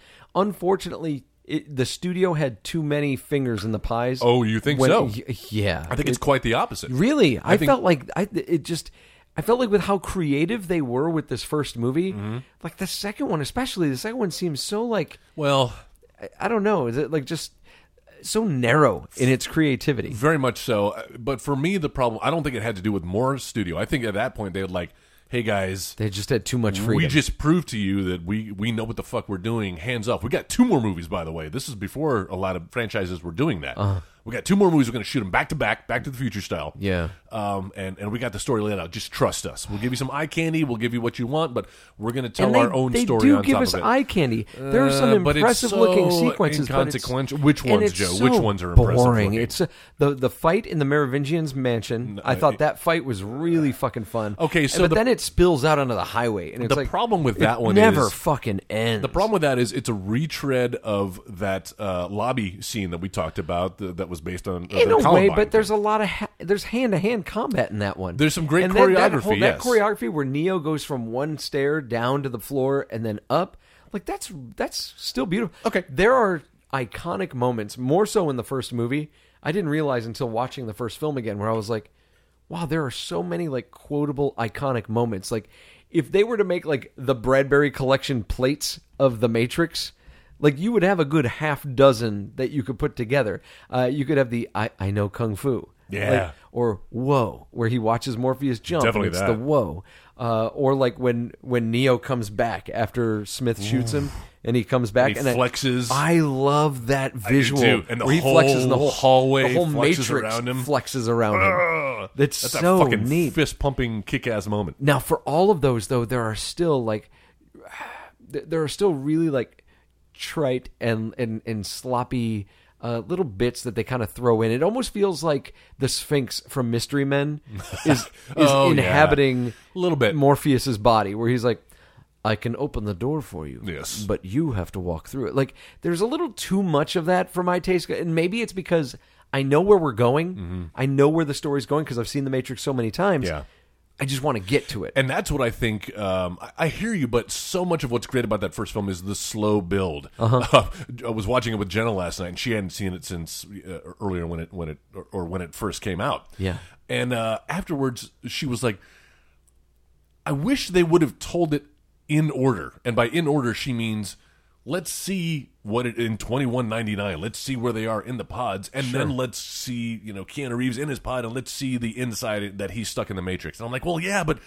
Unfortunately, it, the studio had too many fingers in the pies.
Oh, you think
when-
so?
y- yeah,
i think it's quite the opposite
Really, I,
think-
felt like I it just I felt like with how creative they were with this first movie,
Mm-hmm.
like the second one especially, the second one seems so like
well
I- I don't know, is it like just so narrow in its creativity?
Very much so. Uh, But for me, the problem, I don't think it had to do with more studio. I think at that point, they had like, hey guys,
They just had too much freedom.
we just proved to you that we, we know what the fuck we're doing. Hands off. We got two more movies, by the way. This is before a lot of franchises were doing that.
Uh-huh.
We got two more movies. We're going to shoot them back to back, back to the future style.
Yeah.
Um, and, and we got the story laid out. Just trust us. We'll give you some eye candy. We'll give you what you want, but we're going to tell
and they,
our own
they
story
do
on
give
top
us
of it.
eye candy. There are some
Uh, but it's
impressive looking
so
sequences. but it's-
inconsequential. Which
and
ones,
it's
Joe?
so
Which ones are impressive
boring?
looking?
It's uh, the the fight in the Merovingian's mansion. I thought that fight was really fucking fun.
Okay, so
but
the-
then it spills out onto the highway, and it's
The
like,
problem with
it
that one
never
is-
fucking ends.
The problem with that is it's a retread of that uh, lobby scene that we talked about th- that was based on. uh,
in
the
a way,
Columbine
but there's a lot of ha- there's hand to hand combat in that one.
There's some great
And that- That,
choreography,
that
yes.
choreography where Neo goes from one stair down to the floor and then up, like that's that's still beautiful.
Okay.
there are iconic moments more so in the first movie. I didn't realize until watching the first film again where I was like, wow, there are so many like quotable iconic moments. Like if they were to make like the Bradbury collection plates of The Matrix like you would have a good half dozen that you could put together. Uh, you could have the I, I know kung fu,
Yeah.
Like, or whoa, where he watches Morpheus jump. and
Definitely
it's
that.
the whoa, uh, or like when when Neo comes back after Smith shoots him, and he comes back
he
and I-
flexes.
I, love that visual.
too. And the
where he flexes and the
whole
whole
hallway
the whole
flexes
matrix
around him.
flexes around him.
Ugh.
That's,
That's
so
a fucking
neat.
fist pumping kick ass moment.
Now, for all of those though, there are still like th- there are still really like trite and and and sloppy uh, little bits that they kind of throw in. It almost feels like the Sphinx from Mystery Men is is
Oh, yeah.
inhabiting
A little bit.
Morpheus's body, where he's like. I can open the door for you.
Yes.
But you have to walk through it. Like, there's a little too much of that for my taste. And maybe it's because I know where we're going. I know where the story's going because I've seen The Matrix so many times.
Mm-hmm. Yeah.
I just want to get to it.
And that's what I think. Um, I, I hear you, but so much of what's great about that first film is the slow build. Uh-huh. I was watching it with Jenna last night, and she hadn't seen it since uh, earlier when it when it or, or when it first came out.
Yeah.
And uh, afterwards, she was like, "I wish they would have told it in order." And by in order, she means. Let's see what it in twenty one ninety nine. Let's see where they are in the pods, and then let's see you know Keanu Reeves in his pod, and let's see the inside that he's stuck in the Matrix. And I'm like, well, yeah, but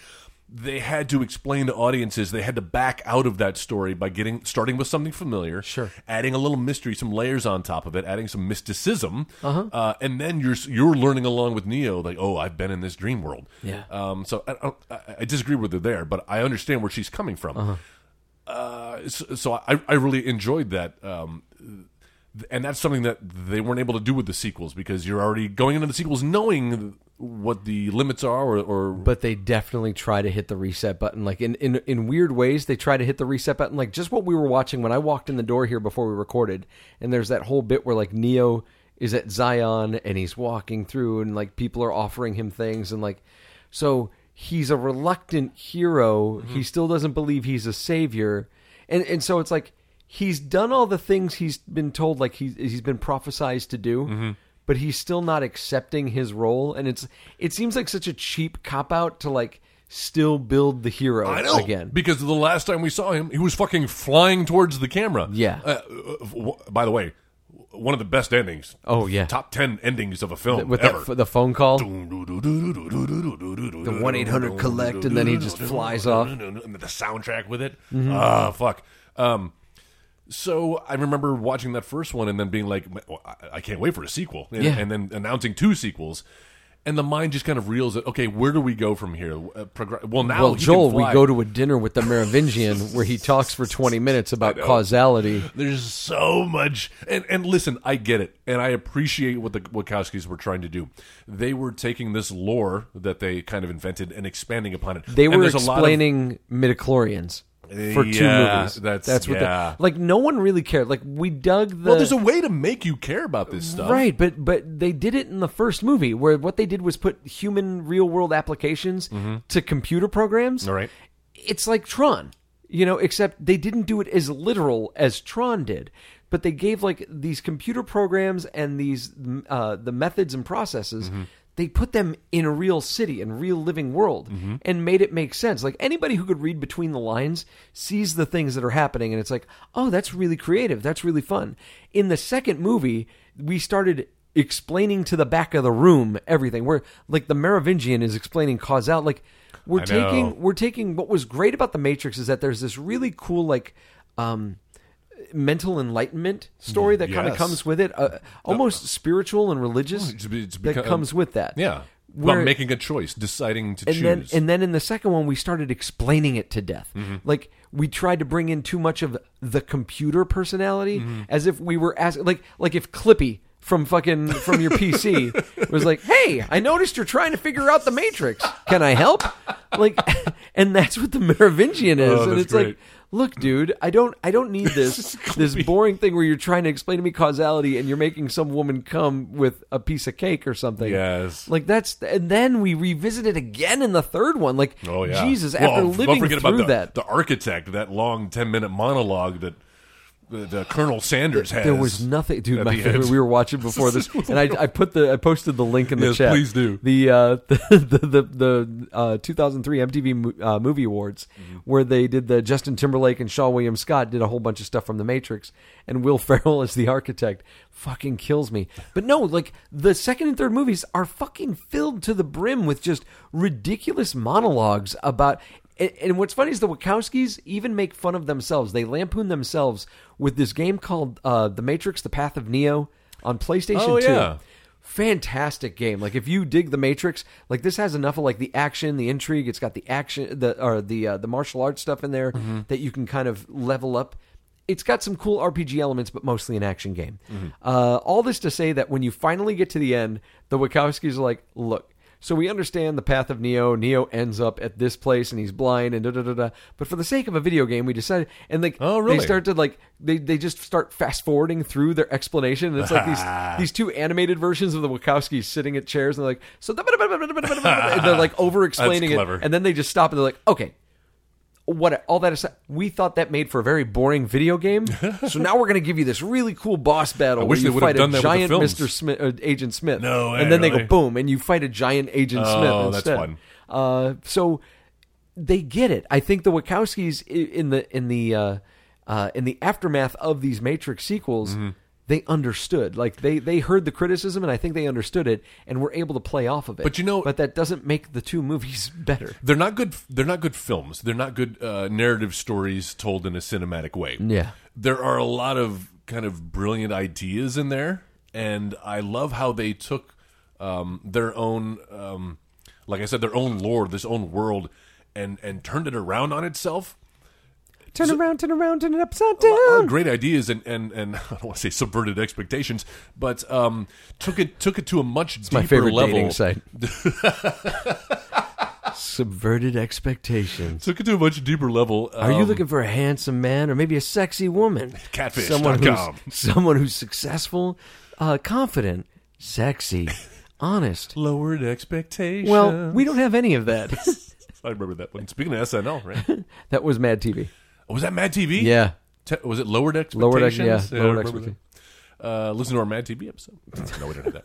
they had to explain to audiences they had to back out of that story by getting starting with something familiar sure adding a little mystery some layers on top of it adding some mysticism uh-huh. and then you're you're learning along with neo like oh i've been in this dream world
Yeah.
um, so I, don't- I, I disagree with her there but i understand where she's coming from
Uh-huh.
uh, so, so I, I really enjoyed that um, and that's something that they weren't able to do with the sequels because you're already going into the sequels knowing what the limits are or, or
but they definitely try to hit the reset button like in, in in weird ways they try to hit the reset button like just what we were watching when i walked in the door here before we recorded and there's that whole bit where like neo is at zion and he's walking through and like people are offering him things and like so he's a reluctant hero he still doesn't believe he's a savior and and so it's like he's done all the things he's been told like he's he's been prophesized to do
Mm-hmm.
but he's still not accepting his role and it's it seems like such a cheap cop out to like still build the hero
I know.
again
Because the last time we saw him, he was fucking flying towards the camera.
Yeah.
Uh, uh, w- by the way, one of the best endings.
Oh, yeah.
Top 10 endings of a film
with
ever.
that, the phone call
the
1-800 collect, and then he just flies off.
And the soundtrack with it. Ah, fuck. Um, so I remember watching that first one and then being like, "Well, I- I can't wait for a sequel. And,
Yeah.
and then announcing two sequels. And the mind just kind of reels it. Okay, where do we go from here? Uh, progr- well, now
well
he can
joel we
fly.
go to a dinner with the merovingian where he talks for 20 minutes about causality
There's so much, and and listen, I get it, and I appreciate what the Wachowskis were trying to do. They were taking this lore that they kind of invented and expanding upon it.
they
And
were
there's a lot of-
explaining midichlorians for two
Yeah,
movies
that's-
what
yeah.
they like no one really cared like we dug the
well, there's a way to make you care about this stuff,
Right, but but they did it in the first movie where what they did was put human real world applications to computer programs.
All Mm-hmm. right.
It's like Tron, you know, except they didn't do it as literal as Tron did, but they gave like these computer programs and these mm, uh, the methods and processes.
Mm-hmm.
They put them in a real city and real living world
Mm-hmm.
and made it make sense. Like anybody who could read between the lines sees the things that are happening and it's like, "Oh, that's really creative. That's really fun." In the second movie, we started explaining to the back of the room everything. We're like the Merovingian is explaining cause out. Like we're
I
taking
know.
we're taking what was great about the Matrix is that there's this really cool like um mental enlightenment story that kind of
yes.
comes with it, uh, almost spiritual and religious
It's be- it's
that
become-
comes with that.
Yeah,
Where-
about making a choice, deciding to
and
choose. Mm-hmm.
then and then in the second one we started explaining it to death like we tried to bring in too much of the computer personality
Mm-hmm.
as if we were asking like like if clippy from fucking from your pc was like hey i noticed you're trying to figure out the matrix can i help like and that's what the merovingian is
Oh,
and
that's
it's like
great.
look, dude, I don't, I don't need this, this boring thing where you're trying to explain to me causality and you're making some woman come with a piece of cake or something.
Yes.
Like that's, and then we revisit it again in the third one. Like,
Oh yeah,
Jesus,
Well,
after living
don't forget
through
about the,
that,
the architect, that long ten minute monologue that the, the Colonel Sanders has.
there was nothing, dude.
at
My
the
favorite.
end.
We were watching before this, and I, I put the I posted the link in the
Yes,
chat.
please do.
the uh, the the, the, the uh, 2003 MTV mo- uh, Movie Awards,
Mm-hmm.
where they did the Justin Timberlake and Shaw William Scott did a whole bunch of stuff from The Matrix, and Will Ferrell as the architect fucking kills me. But no, like the second and third movies are fucking filled to the brim with just ridiculous monologues about. And, and what's funny is the Wachowskis even make fun of themselves. They lampoon themselves with this game called uh, The Matrix: The Path of Neo on PlayStation
Oh,
2
yeah.
fantastic game like if you dig the matrix like this has enough of like the action the intrigue it's got the action the or the uh, the martial arts stuff in there
Mm-hmm.
that you can kind of level up it's got some cool rpg elements but mostly an action game
Mm-hmm.
uh, all this to say that when you finally get to the end the wachowskis are like look so we understand the path of Neo. Neo ends up at this place, and he's blind, and da da da da. But for the sake of a video game, we decided, and like
Oh, really?
they start to like they, they just start fast forwarding through their explanation, and it's like these these two animated versions of the Wachowskis sitting at chairs, and they're like so and they're like over explaining it,
clever.
and then they just stop and they're like, okay, what all that aside, we thought that made for a very boring video game. so now we're going to give you this really cool boss battle
wish
where
they
you
would have
fight
done that
a
with the
giant
films.
Mr. Smith, uh, Agent Smith.
No way,
and then they
really?
go boom, and you fight a giant Agent
Oh,
Smith
that's
instead.
fun.
Uh, so they get it. I think the Wachowskis i- in the in the uh, uh, in the aftermath of these Matrix sequels.
Mm-hmm.
They understood, like they they heard the criticism, and I think they understood it, and were able to play off of it.
But you know-
but that doesn't make the two movies better.
they're not good. They're not good films. They're not good uh, narrative stories told in a cinematic way.
Yeah.
there are a lot of kind of brilliant ideas in there, and I love how they took um, their own, um, like I said, their own lore, this own world, and and turned it around on itself.
Turn around, turn around, turn it upside
A lot
down.
of great ideas and, and, and I don't want to say subverted expectations, but um, took it took it to a much deeper
my favorite
level.
dating site. Subverted expectations.
Took it to a much deeper level. um,
Are you looking for a handsome man or maybe a sexy woman?
Catfish
Someone
dot com.
who's, someone who's successful, uh, confident, sexy, honest.
lowered expectations?
Well, we don't have any of that.
I remember that one. Speaking of SNL, right?
that was Mad TV.
was that Mad TV?
Yeah.
Te- was it lowered expectations?
Lowered ex- yeah,
I
lowered
remember that. Uh, listen to our Mad TV episode. No, we didn't have that.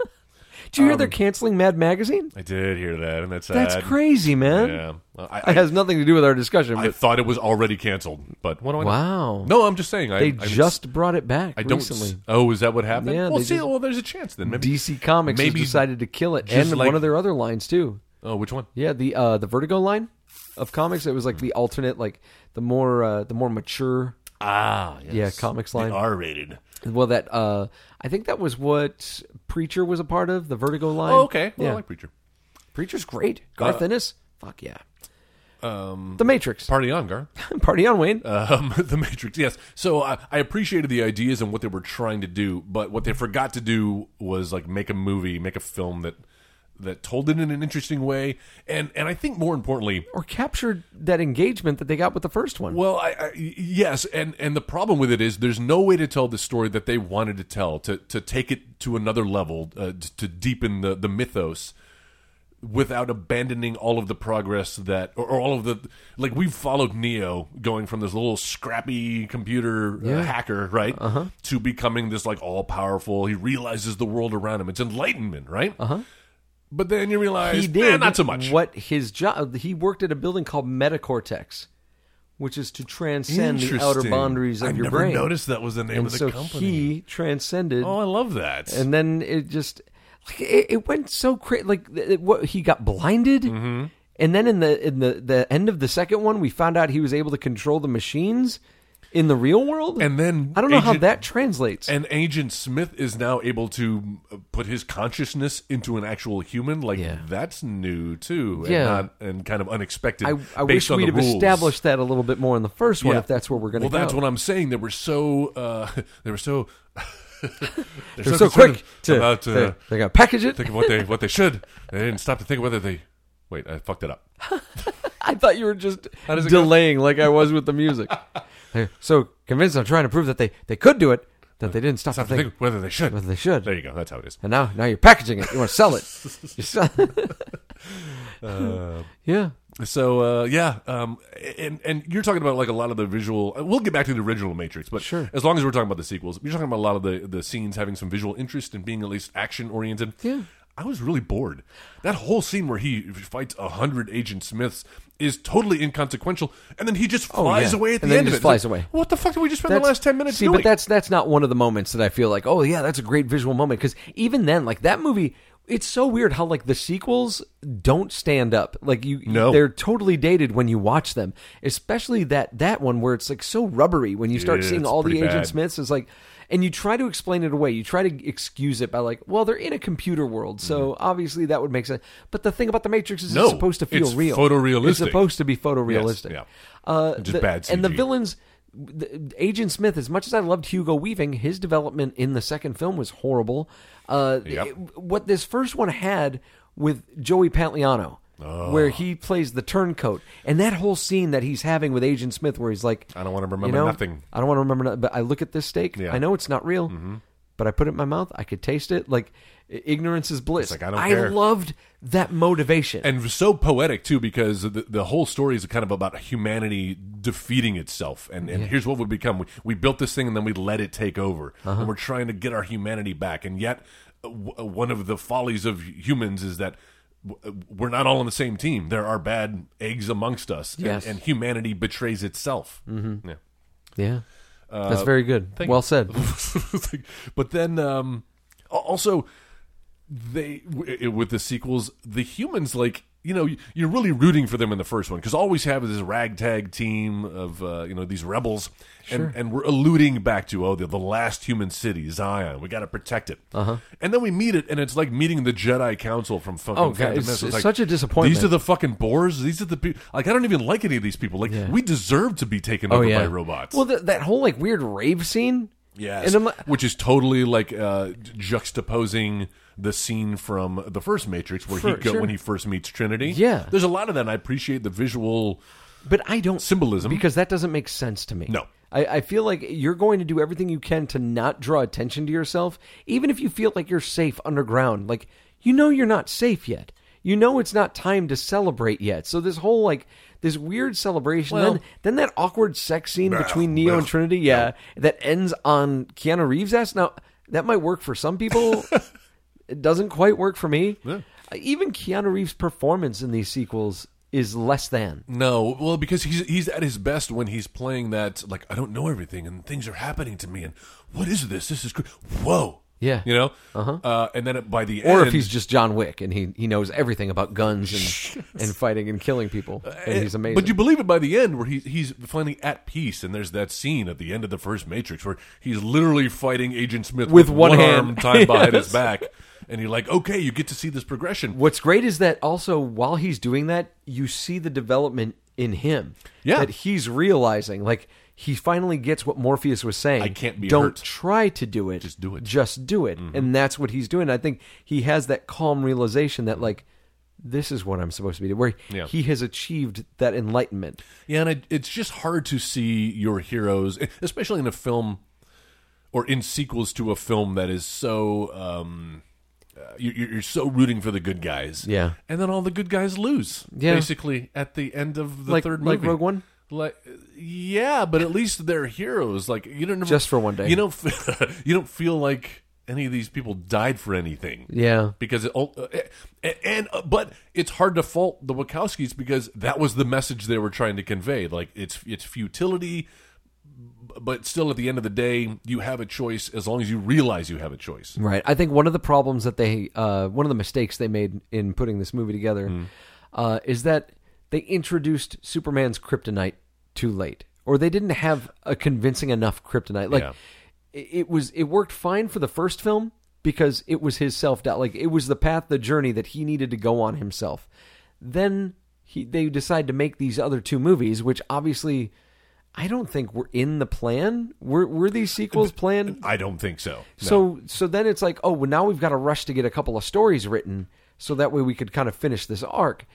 Did
Um,
you hear they're canceling Mad Magazine?
I did hear that, and that's sad.
That's crazy, man.
Yeah, Well, I,
It
I,
has nothing to do with our discussion.
I
But
thought it was already canceled, but what do I know?
Wow.
No, I'm just saying. I,
they
I
just brought it back
I don't.
recently.
Oh, is that what happened?
Yeah,
Well,
they
see,
just-
well, there's a chance then. Maybe
DC Comics
Maybe
has decided to kill it,
just
and
like-
one of their other lines too.
Oh, which one?
Yeah, the uh, the Vertigo line of comics. It was like the alternate, like the more uh, the more mature,
Ah, yes.
yeah, comics line.
R-rated.
Well, that uh, I think that was what Preacher was a part of. The Vertigo line.
Oh, okay. Well,
yeah,
I like Preacher.
Preacher's great. Garth
Uh,
Ennis. Fuck yeah. Um, the Matrix.
Party on, Gar.
Party on, Wayne.
Um, the Matrix, yes. So I, I appreciated the ideas and what they were trying to do, but what they forgot to do was like make a movie, make a film that that told it in an interesting way, and and I think more importantly,
or captured that engagement that they got with the first one.
well, I, I yes, and and the problem with it is there's no way to tell the story that they wanted to tell to to take it to another level uh, to, to deepen the the mythos without abandoning all of the progress that or, or all of the like we've followed neo going from this little scrappy computer uh, hacker right uh-huh. to becoming this like all powerful he realizes the world around him it's enlightenment right uh-huh but then you realize
he did
eh, not so much
What his job? He worked at a building called Metacortex, which is to transcend the outer
Interesting.
boundaries of
I
your
never
brain.
noticed that was the name
and
of the
so
company
he transcended,
Oh, I love that.
and then it just like it, it went so crazy. Like th- it, what, he got blinded,
Mm-hmm.
and then in the in the the end of the second one, we found out he was able to control the machines in the real world.
And then
I don't know how
Agent-
that translates.
and Agent Smith is now able to uh, put his consciousness into an actual human. Like
Yeah.
that's new too, and
Yeah.
not, and kind of unexpected.
I, I
based
wish
on
we'd
the
have
rules.
established that a little bit more in the first one,
Yeah.
if that's where we're going to
Well,
go.
that's what I'm saying. They were so uh, they were so they're,
They're so
concerned
quick to
about uh,
they're, they're gonna package it.
think of what they what they should. They didn't stop to think whether they. Wait, I fucked it up.
I thought you were just
does it go?
delaying like I was with the music. They're so convinced on trying to prove that they, they could do it that they didn't stop to
Have to
think.
think whether they should.
Whether they should.
There you go. That's how it is.
And now now you're packaging it. You want to sell it. You're sell- yeah.
So uh, yeah, um, and and you're talking about like a lot of the visual. uh, We'll get back to the original Matrix, but
Sure.
as long as we're talking about the sequels, you're talking about a lot of the the scenes having some visual interest and being at least action oriented.
Yeah.
I was really bored. That whole scene where he fights a hundred Agent Smiths is totally inconsequential, and then he just flies
Oh, yeah.
away at
And
the
then
end
he
of it.
just
It's
flies
like,
away.
What the fuck did we just spend the last ten minutes
See,
doing?
but that's that's not one of the moments that I feel like, oh yeah, that's a great visual moment because even then, like that movie, it's so weird how like the sequels don't stand up. Like you,
No.
they're totally dated when you watch them, especially that that one where it's like so rubbery when you start
Yeah,
seeing
it's
all the
pretty
Agent
bad.
Smiths is like. And you try to explain it away. You try to excuse it by like, well, they're in a computer world, so obviously that would make sense. But the thing about the Matrix is
Mm-hmm. No,
it's supposed to feel
it's
real.
photorealistic.
It's supposed to be photorealistic.
yeah.
Uh,
Just
the-
bad
And the
CG.
villain villains. the- Agent Smith, as much as I loved Hugo Weaving, his development in the second film was horrible. Uh,
Yep.
it- what this first one had with Joey Pantliano,
Oh.
where he plays the turncoat, and that whole scene that he's having with Agent Smith, where he's like,
I don't wanna
you
remember
know,
nothing."
I don't want to remember nothing, but I look at this steak.
Yeah. Mm-hmm.
I know it's not real, but I put it in my mouth. I could taste it. Like, i- ignorance is bliss.
like, I don't care.
loved that motivation.
and so poetic too because the, the whole story is kind of about humanity defeating itself and, and here's what we become we, we built this thing and then we let it take over and we're trying to get our humanity back and yet uh, w- uh, one of the follies of humans is that w- uh, we're not all on the same team there are bad eggs amongst us and-
Yes.
and, humanity betrays itself mm-hmm. yeah
yeah. That's very good.
Uh, thank-
Well said.
but then um, al- also they w- with the sequels the humans like you know you're really rooting for them in the first one because all we have is this ragtag team of uh, you know these rebels and, and we're alluding back to oh the, the last human city zion we got to protect it uh-huh. and then we meet it and it's like meeting the jedi council from fucking
Oh, God,
Phantom
it's-
Menace.
it's
like,
such a disappointment.
these are the fucking boars these are the people like i don't even like any of these people like we deserve to be
Oh,
taken over by robots
Well, th- that whole like weird rave scene.
Yes,
And I'm like,
which is totally like uh, juxtaposing the scene from the first Matrix where
For-
he go,
sure.
when he first meets Trinity.
Yeah.
there's a lot of that. and I appreciate the visual.
but I don't
Symbolism.
because that doesn't make sense to me.
No.
I, I feel like you're going to do everything you can to not draw attention to yourself, even if you feel like you're safe underground. Like you know you're not safe yet. You know it's not time to celebrate yet. So this whole like this weird celebration,
Well-
then then that awkward sex scene
Bah,
between Neo and
bah,
Trinity, yeah, that ends on Keanu Reeves' ass. Now that might work for some people. it doesn't quite work for me. Uh, Even Keanu Reeves' performance in these sequels is less than.
No, well, because he's he's at his best when he's playing that like I don't know everything and things are happening to me and what is this? This is cr- whoa.
Yeah.
you know. Uh-huh. Uh And then by the
Or
end,
if he's just John Wick and he, he knows everything about guns and, and fighting and killing people. And he's amazing.
Uh, But you believe it by the end, where he, he's finally at peace, and there's that scene at the end of the first Matrix where he's literally fighting Agent Smith
With one hand.
arm tied behind his back, and you're like, okay, you get to see this progression.
What's great is that also while he's doing that, you see the development in him.
Yeah.
That he's realizing, like, he finally gets what Morpheus was saying.
I can't be
Don't
hurt.
try to do it.
Just do it. Mm-hmm.
Just do it. And that's what he's doing. I think he has that calm realization that, like, this is what I'm supposed to be doing, where
Yeah.
he has achieved that enlightenment.
Yeah, and it, it's just hard to see your heroes, e, especially in a film or in sequels to a film that is so. Um, uh, you, you- you're so rooting for the good guys,
Yeah.
and then all the good guys lose,
Yeah.
basically at the end of the
Like-
third
like
movie.
Rogue One?
like yeah, but at least they're heroes. Like you don't
Just for one day.
You don't f- you don't feel like any of these people died for anything
Yeah.
because it, all- uh, and, and uh, but it's hard to fault the Wachowskis because that was the message they were trying to convey. Like it's it's futility, b- but still at the end of the day, you have a choice as long as you realize you have a choice.
Right. I think one of the problems that they, uh, one of the mistakes they made in putting this movie together, uh, is that they introduced Superman's kryptonite too late, or they didn't have a convincing enough kryptonite. Like
Yeah.
it, it was, it worked fine for the first film because it was his self doubt. Like it was the path, the journey that he needed to go on himself. Then he, they decide to make these other two movies, which obviously. I don't think were in the plan. Were were these sequels planned?
I don't think so. No.
So so then it's like, oh, well, now we've got to rush to get a couple of stories written so that way we could kind of finish this arc.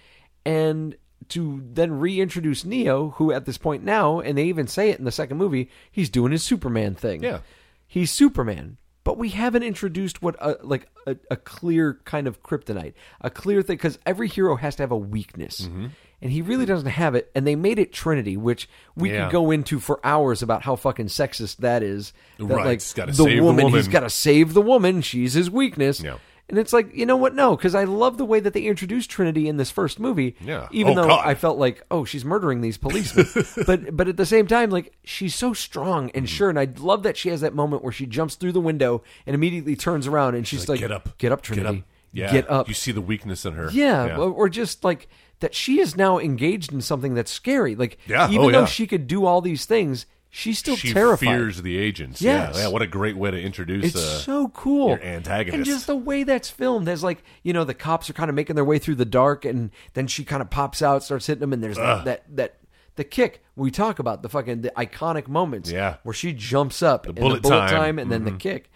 And to then reintroduce Neo, who at this point now, and they even say it in the second movie, he's doing his Superman thing.
Yeah.
he's Superman. But we haven't introduced what a, like a, a clear kind of kryptonite, a clear thing, because every hero has to have a weakness,
Mm-hmm.
and he really doesn't have it. And they made it Trinity, which we
Yeah.
could go into for hours about how fucking sexist that is. That,
Right,
like
he's gotta save the
he's
woman.
got to save the woman. She's his weakness.
Yeah.
And it's like, you know what? No, because I love the way that they introduced Trinity in this first movie.
Yeah.
Even
Oh,
though
God.
I felt like, oh, she's murdering these policemen. but but at the same time, like she's so strong
Mm.
and sure. And I love that she has that moment where she jumps through the window and immediately turns around and she's, like,
get up,
get up, Trinity,
Yeah,
get up.
You see the weakness in her.
Yeah, Or, or just like that she is now engaged in something that's scary. Like
Yeah,
even
oh,
though
yeah.
she could do all these things, she's still
she
terrified.
fears the agents.
Yes.
Yeah, yeah. What a great way to introduce.
It's
uh,
so cool.
your antagonist.
And just the way that's filmed, there's like, you know, the cops are kind of making their way through the dark and then she kind of pops out, starts hitting them, and there's that, that that the kick we talk about, the fucking the iconic moments.
Yeah.
Where she jumps up the
bullet
the bullet
time. Mm-hmm.
time and then the kick.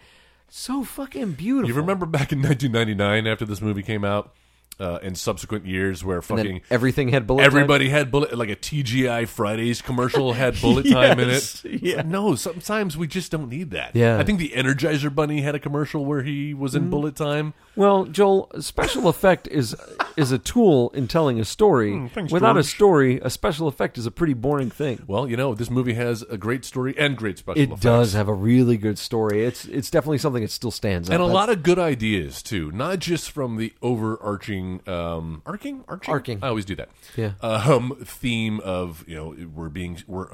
So fucking beautiful.
You remember back in 1999 after this movie came out, uh, in subsequent years where
And then
fucking
everything had bullet
everybody had bullet like a TGI Fridays commercial had bullet time in
Yes,
it.
yeah.
No, sometimes we just don't need that.
Yeah. Mm-hmm.
I think the Energizer Bunny had a commercial where he was in bullet time.
time? Well, Joel, special effect is is a tool in telling a story.
Mm,
Without a story, a special effect is a pretty boring thing.
Well, you know, this movie has a great story and great special
It
effects.
does have a really good story. It's it's definitely something that still stands out.
And a
That's-
lot of good ideas too, not just from the overarching, um, arcing, arching,
Arcing.
I always do that.
Yeah.
Um, theme of you know we're being we're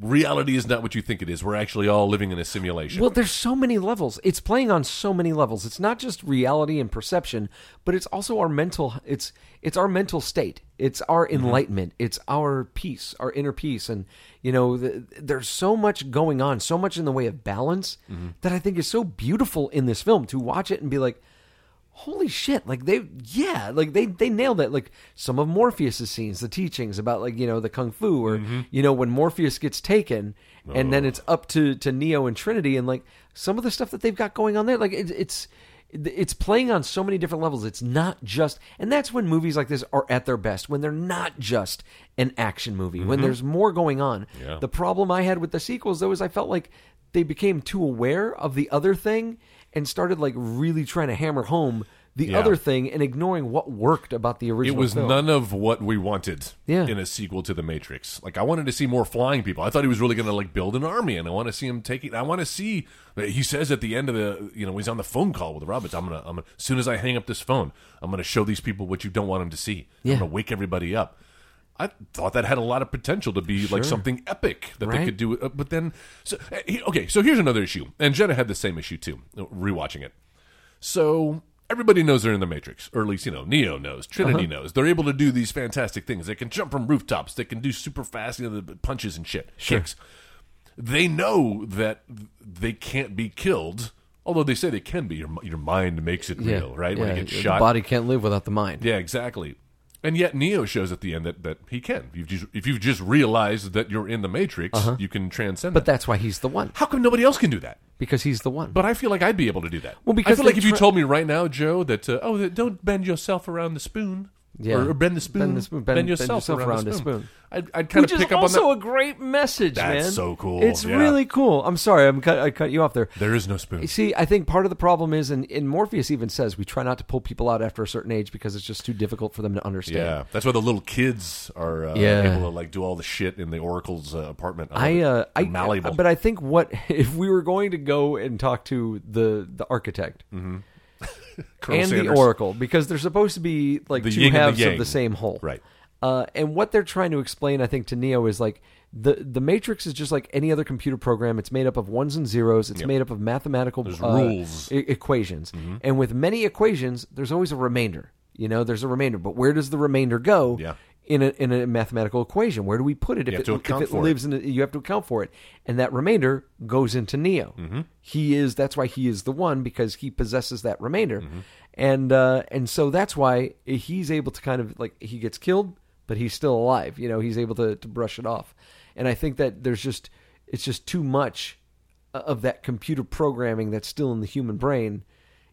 reality is not what you think it is. We're actually all living in a simulation.
Well, there's so many levels. It's playing on so many levels. It's not just reality and perception, but it's also our mental it's it's our mental state. It's our
Mm-hmm.
enlightenment. It's our peace, our inner peace and you know the, there's so much going on, so much in the way of balance
Mm-hmm.
that I think is so beautiful in this film to watch it and be like holy shit like they yeah like they they nailed it like some of morpheus's scenes the teachings about like you know the kung fu or you know when morpheus gets taken and then it's up to to neo and trinity and like some of the stuff that they've got going on there like it, it's it's playing on so many different levels it's not just and that's when movies like this are at their best when they're not just an action movie when there's more going on the problem i had with the sequels though is i felt like they became too aware of the other thing and started like really trying to hammer home the
Yeah.
other thing and ignoring what worked about the
it
original.
was
film.
none of what we wanted
Yeah.
in a sequel to The Matrix. Like I wanted to see more flying people. I thought he was really going to like build an army, and I want to see him taking. I want to see. uh, He says at the end of the, you know, he's on the phone call with Roberts. I'm gonna, I'm gonna, as soon as I hang up this phone, I'm gonna show these people what you don't want them to see.
Yeah.
I'm gonna wake everybody up. I thought that had a lot of potential to be like something epic that
Right.
they could do. uh, But then, so, uh, he- okay, so here's another issue, and Jenna had the same issue too. uh, Rewatching it, so everybody knows they're in the Matrix, or at least you know Neo knows, Trinity
Uh-huh.
knows. They're able to do these fantastic things. They can jump from rooftops. They can do super fast, you know, the punches and shit, kicks. They know that they can't be killed, although they say they can be. Your your mind makes it
Yeah.
real, right? when
Yeah.
you get
The
shot,
body can't live without the mind.
yeah, exactly. And yet Neo shows at the end that, that he can. You've just, if you've just realized that you're in the Matrix, you can transcend.
Uh-huh. But
that.
that's why he's the one
how come nobody else can do that?
because he's the one.
But I feel like I'd be able to do that.
Well, because
I feel like
they
if you
try-
told me right now, Joe, that uh, oh, that don't bend yourself around the spoon,
Yeah.
or, or bend the spoon,
Bend the spoon- bend- bend yourself around the spoon.
I'd, I'd kind
which
of
is
pick up on
also
that.
a great message,
That's
man.
so cool,
It's
yeah.
really cool. I'm sorry, I'm cut, I cut you off there.
there is no spoon.
See, I think part of the problem is, and, and Morpheus even says, we try not to pull people out after a certain age because it's just too difficult for them to understand.
Yeah, that's why the little kids are uh,
Yeah.
able to like do all the shit in the Oracle's uh, apartment.
I,
love it.
uh, I,
They're malleable.
but I think what if we were going to go and talk to the the architect
Colonel
and the
Sanders.
Oracle because they're supposed to be like
The
two
yin and the
halves of
yang.
the same whole,
Right.
Uh, and what they're trying to explain, I think, to Neo is like the the Matrix is just like any other computer program. It's made up of ones and zeros. It's made up of mathematical uh,
rules. Mm-hmm.
e- equations, and with many equations, there's always a remainder. You know, there's a remainder, but where does the remainder go?
Yeah.
In a, in a mathematical equation, where do we put it if
have
it,
to
if
account
it
for it.
lives in a, you have to account for it, and that remainder goes into Neo. He is that's why he is the one because he possesses that remainder, and uh, and so that's why he's able to kind of like he gets killed, but he's still alive. You know, he's able to to brush it off, and I think that there's just it's just too much of that computer programming that's still in the human brain,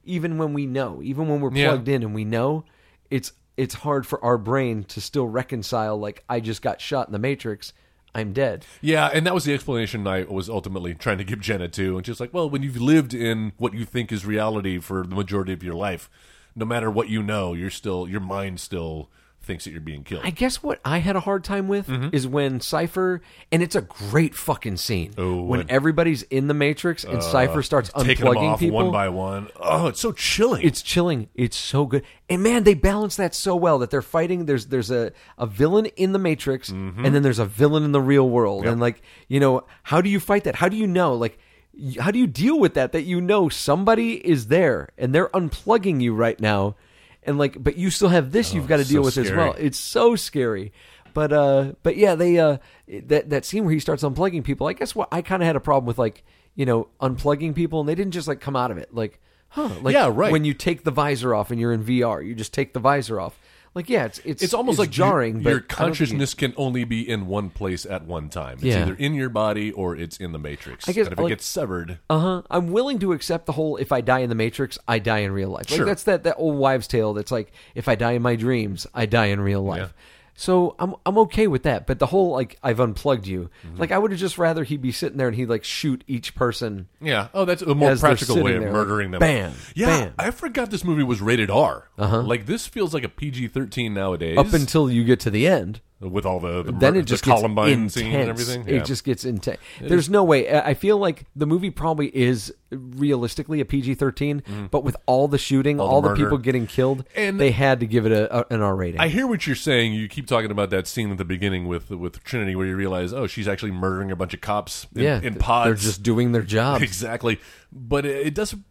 even when we know, even when we're
Yeah.
plugged in and we know, it's it's hard for our brain to still reconcile like I just got shot in the Matrix, I'm dead.
Yeah, and that was the explanation I was ultimately trying to give Jenna to. And she's like, well, when you've lived in what you think is reality for the majority of your life, no matter what you know, you're still your mind still thinks that you're being killed.
I guess what I had a hard time with
Mm-hmm.
is when Cypher, and it's a great fucking scene.
Oh,
when
and- Uh,
everybody's in the Matrix and Cypher starts
Taking them
unplugging
off
people.
one by one. Oh, it's so chilling.
It's chilling. It's so good. And man, they balance that so well that they're fighting. There's there's a, a villain in the Matrix,
Mm-hmm.
and then there's a villain in the real world. And like you know, how do you fight that? How do you know? Like, y- how do you deal with that? That you know somebody is there and they're unplugging you right now, and like, but you still have this. you've got
Oh,
to
it's
deal
so
with as
scary.
well. It's so scary. But uh, but yeah, they uh, that that scene where he starts unplugging people. I guess what I kind of had a problem with like you know unplugging people, and they didn't just like come out of it like. Huh, like
Yeah, right.
When you take the visor off and you're in VR, you just take the visor off. Like yeah, it's it's,
it's almost like you-
jarring.
Your,
but I don't think it-
consciousness can only be in one place at one time. It's
Yeah.
either in your body or it's in the matrix.
I guess,
and if
like-
it gets severed,
Uh-huh. I'm willing to accept the whole if I die in the matrix, I die in real life. Like
Sure.
that's that that old wives tale that's like if I die in my dreams, I die in real life. So I'm I'm okay with that, but the whole like I've unplugged you.
Mm-hmm.
Like I would have just rather he be sitting there and he like shoot each person.
yeah. Oh, that's a more
As they're
practical way
sitting
of
there, like,
murdering them.
bam,
Yeah,
bam.
I forgot this movie was rated R. Uh-huh. Like this feels like a PG-13 nowadays.
Up until you get to the end,
with all the, the
then
mur-
it just
the
gets
Columbine
intense.
scene and everything. Yeah.
It just gets intense. There's no way. I I feel like the movie probably is realistically a PG-13, but with all the shooting, all,
Mm. the
the,
murder.
people getting killed,
And-
they had to give it a, a- an R rating.
I hear what you're saying. You keep talking about that scene at the beginning with with Trinity, where you realize, oh, she's actually murdering a bunch of cops in,
yeah,
in
th-
pods.
they're just doing their job.
exactly. But it, it doesn't.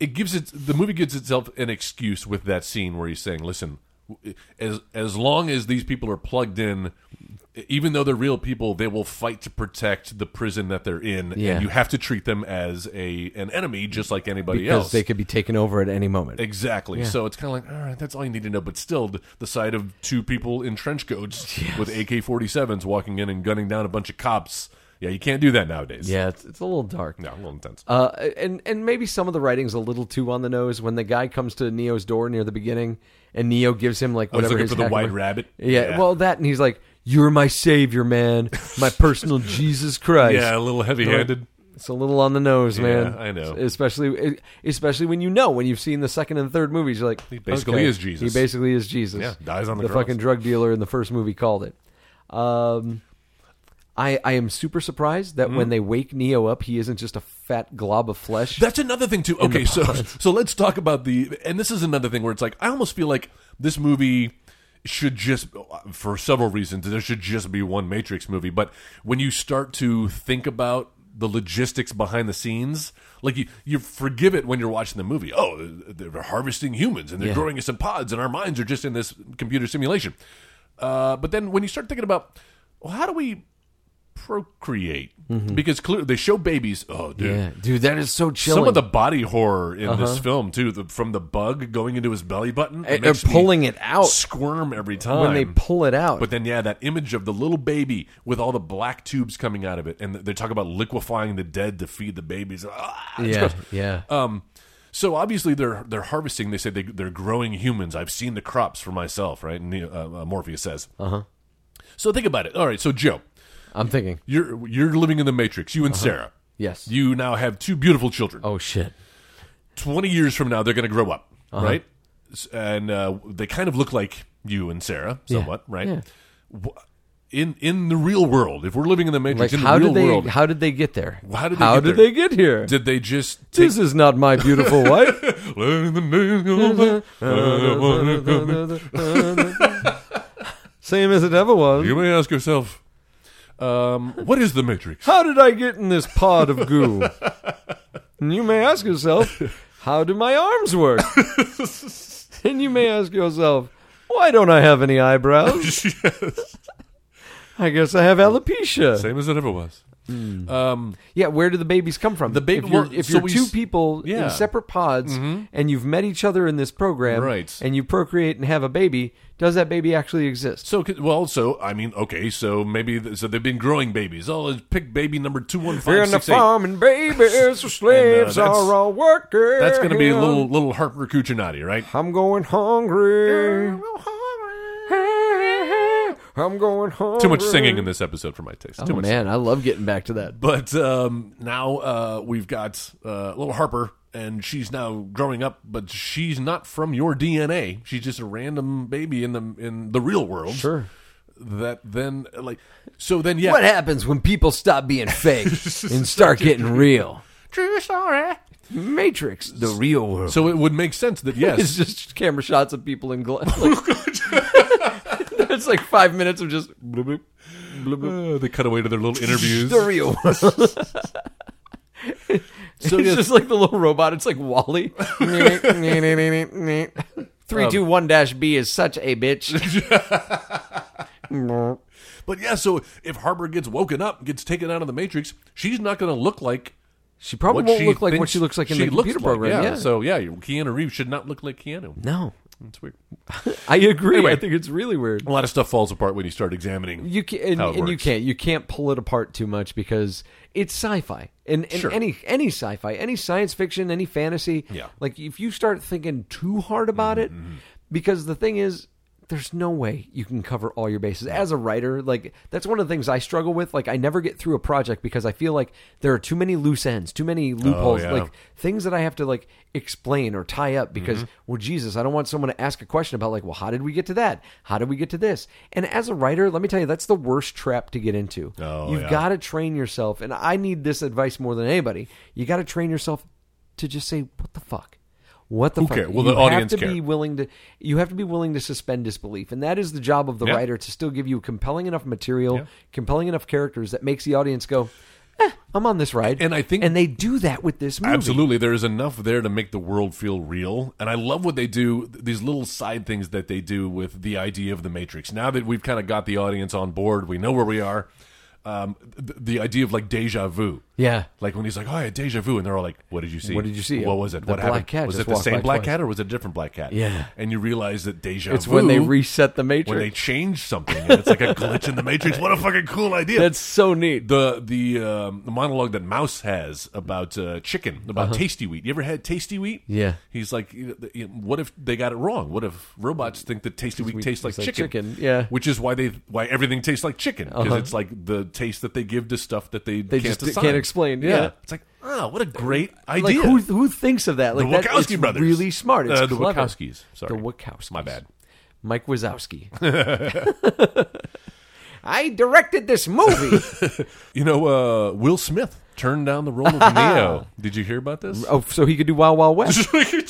It gives it the movie gives itself an excuse with that scene where he's saying, "Listen, as as long as these people are plugged in, even though they're real people, they will fight to protect the prison that they're in,
Yeah.
and you have to treat them as a an enemy, just like anybody
because
else."
they could be taken over at any moment.
Exactly. So it's kind of like, all right, that's all you need to know. But still, th- the sight of two people in trench coats with AK 47s walking in and gunning down a bunch of cops. Yeah, you can't do that nowadays.
Yeah, it's, it's a little dark.
No, a little intense.
Uh, and and maybe some of the writing's a little too on the nose when the guy comes to Neo's door near the beginning, and Neo gives him like
I was
whatever
Oh, looking
his
for the
hack-
white rabbit.
Yeah, well, that, and he's like, "You're my savior, man, my personal Jesus Christ."
yeah, a little heavy handed.
It's a little on the nose, man.
I know.
Especially, especially when you know when you've seen the second and third movies, you're like, he
basically is Jesus.
He basically is Jesus.
Yeah, dies on the cross.
fucking drug dealer in the first movie called it. Um, I I am super surprised that
Mm-hmm.
when they wake Neo up, he isn't just a fat glob of flesh.
That's another thing too. Okay, so so let's talk about the and this is another thing where it's like I almost feel like this movie should just for several reasons there should just be one Matrix movie, but when you start to think about the logistics behind the scenes, like you, you forgive it when you're watching the movie. Oh, they're harvesting humans and they're growing us in pods, and our minds are just in this computer simulation. Uh, but then when you start thinking about, well, how do we procreate? Because clearly they show babies. Oh, dude,
yeah, dude, that is so chilling.
some of the body horror in
Uh-huh.
this film too, the, from the bug going into his belly button,
And- and pulling it out.
squirm every time
when they pull it out,
But then, yeah, that image of the little baby with all the black tubes coming out of it, and they talk about liquefying the dead to feed the babies. Ah, it's
yeah,
gross.
yeah.
So obviously they're they're harvesting. They say they, they're growing humans. I've seen the crops for myself, right? And, uh, uh, Morpheus says. Uh
Uh-huh.
huh. So think about it. All right, so Joe,
I'm thinking,
you're you're living in the Matrix. You and
Uh-huh.
Sarah.
yes.
You now have two beautiful children.
oh shit.
20 years from now, they're going to grow up,
Uh-huh.
right? S- And uh, they kind of look like you and Sarah, somewhat, right?
yeah.
Wh- In in the real world, if we're living in the Matrix,
Like,
in the
how
real
did they?
world,
How did they get there?
How did they get there?
did they get here?
did they just take
this is not my beautiful wife. Same as it ever was.
You may ask yourself, um, what is the Matrix?
How did I get in this pod of goo? And you may ask yourself, how do my arms work? and you may ask yourself, why don't I have any eyebrows?
Yes.
I guess I have alopecia.
Same as it ever was.
Hmm.
Um,
Yeah, where do the babies come from?
The baby-
if you're,
well,
if
so
you're
we
two
s-
people
yeah. Mm-hmm.
in separate pods and you've met each other in this program,
Right.
And you procreate and have a baby, does that baby actually exist?
so c- well, so I mean, okay, so maybe th- so they've been growing babies. Oh, let's pick baby number two one
We're
five
in the
six eight. uh,
farm and babies, the slaves
that's-
are all working.
That's going to be a little little Harper Cucinati, right?
I'm going hungry. I'm going hungry.
Too much singing in this episode for my taste. Too
Oh,
much.
man, I love getting back to that.
But um, now uh, we've got uh, little Harper, and she's now growing up, but she's not from your DNA. She's just a random baby in the in the real world.
Sure.
That then like so then yeah.
What happens when people stop being fake and start getting real?
True story.
Matrix, the real world.
So it would make sense that yes,
It's just camera shots of people in glass. it's like five minutes of just. bloop, bloop, bloop, bloop.
Uh, they cut away to their little interviews.
the real world.
so
it's
yes,
just like the little robot. It's like Wally.
Three, two, one dash B is such a bitch.
but yeah, so if Harper gets woken up, gets taken out of the Matrix, she's not going to look like
She probably
what
won't
she
look like what
thinks
she looks like in the
looks
computer
like.
program. Yeah.
So yeah, Keanu Reeves should not look like Keanu.
No.
That's weird.
I agree.
Anyway.
I think it's really weird.
A lot of stuff falls apart when you start examining.
You can, and,
How it
and you
works.
can't you can't pull it apart too much because it's sci-fi and, and
Sure.
any any sci-fi any science fiction any fantasy
Yeah. Mm-hmm.
like if you start thinking too hard about it because the thing is there's no way you can cover all your bases as a writer like that's one of the things I struggle with like I never get through a project because I feel like there are too many loose ends too many loopholes
Oh, yeah.
like things that I have to like explain or tie up because
Mm-hmm.
well Jesus, I don't want someone to ask a question about like, well, how did we get to that? How did we get to this? And as a writer, let me tell you, that's the worst trap to get into.
Oh,
You've
yeah.
got to train yourself, and I need this advice more than anybody. You got to train yourself to just say, what the fuck. What the fuck?
cares? Will
you
the audience
have to
care?
be willing to. You have to be willing to suspend disbelief, and that is the job of the
Yeah.
writer to still give you compelling enough material, compelling enough characters that makes the audience go, eh, "I'm on this ride."
And I think-
and they do that with this movie.
Absolutely, there is enough there to make the world feel real, and I love what they do. These little side things that they do with the idea of the Matrix. Now that we've kind of got the audience on board, we know where we are. Um, th- the idea of like deja vu.
Yeah.
Like when he's like, "Oh, yeah, deja vu," and they're all like, "What did you see?
What did you see?
What was it?
The
what
black
happened?
cat
was
just
it the
walked by
same black
twice."
cat or was it a different black cat?"
Yeah.
and you realize that deja
It's
vu
when they reset the
when they
Matrix.
change something. And it's like a glitch in the Matrix. What a fucking cool idea!
That's so neat.
the the um, the monologue that Mouse has about uh, chicken, about tasty wheat. You ever had tasty wheat?
Uh-huh. Yeah.
He's like, you know, you know, what if they got it wrong? What if robots think that tasty wheat tastes like,
like
chicken?
chicken, yeah. Uh-huh.
Which is why they why everything tastes like chicken because it's like the taste that they give to stuff that they
They
can't
just
assign.
can't explain, yeah.
It's like, ah, what a great idea.
Like who who thinks of that? Like
the
that-
Wachowski
it's
brothers,
really smart. It's
Uh, the
clever.
Wachowskis. Sorry,
The Wachowskis.
My bad.
Mike Wazowski.
I directed this movie.
You know, uh, Will Smith turned down the role of Neo. Did you hear about this?
oh, so he could do Wild Wild West.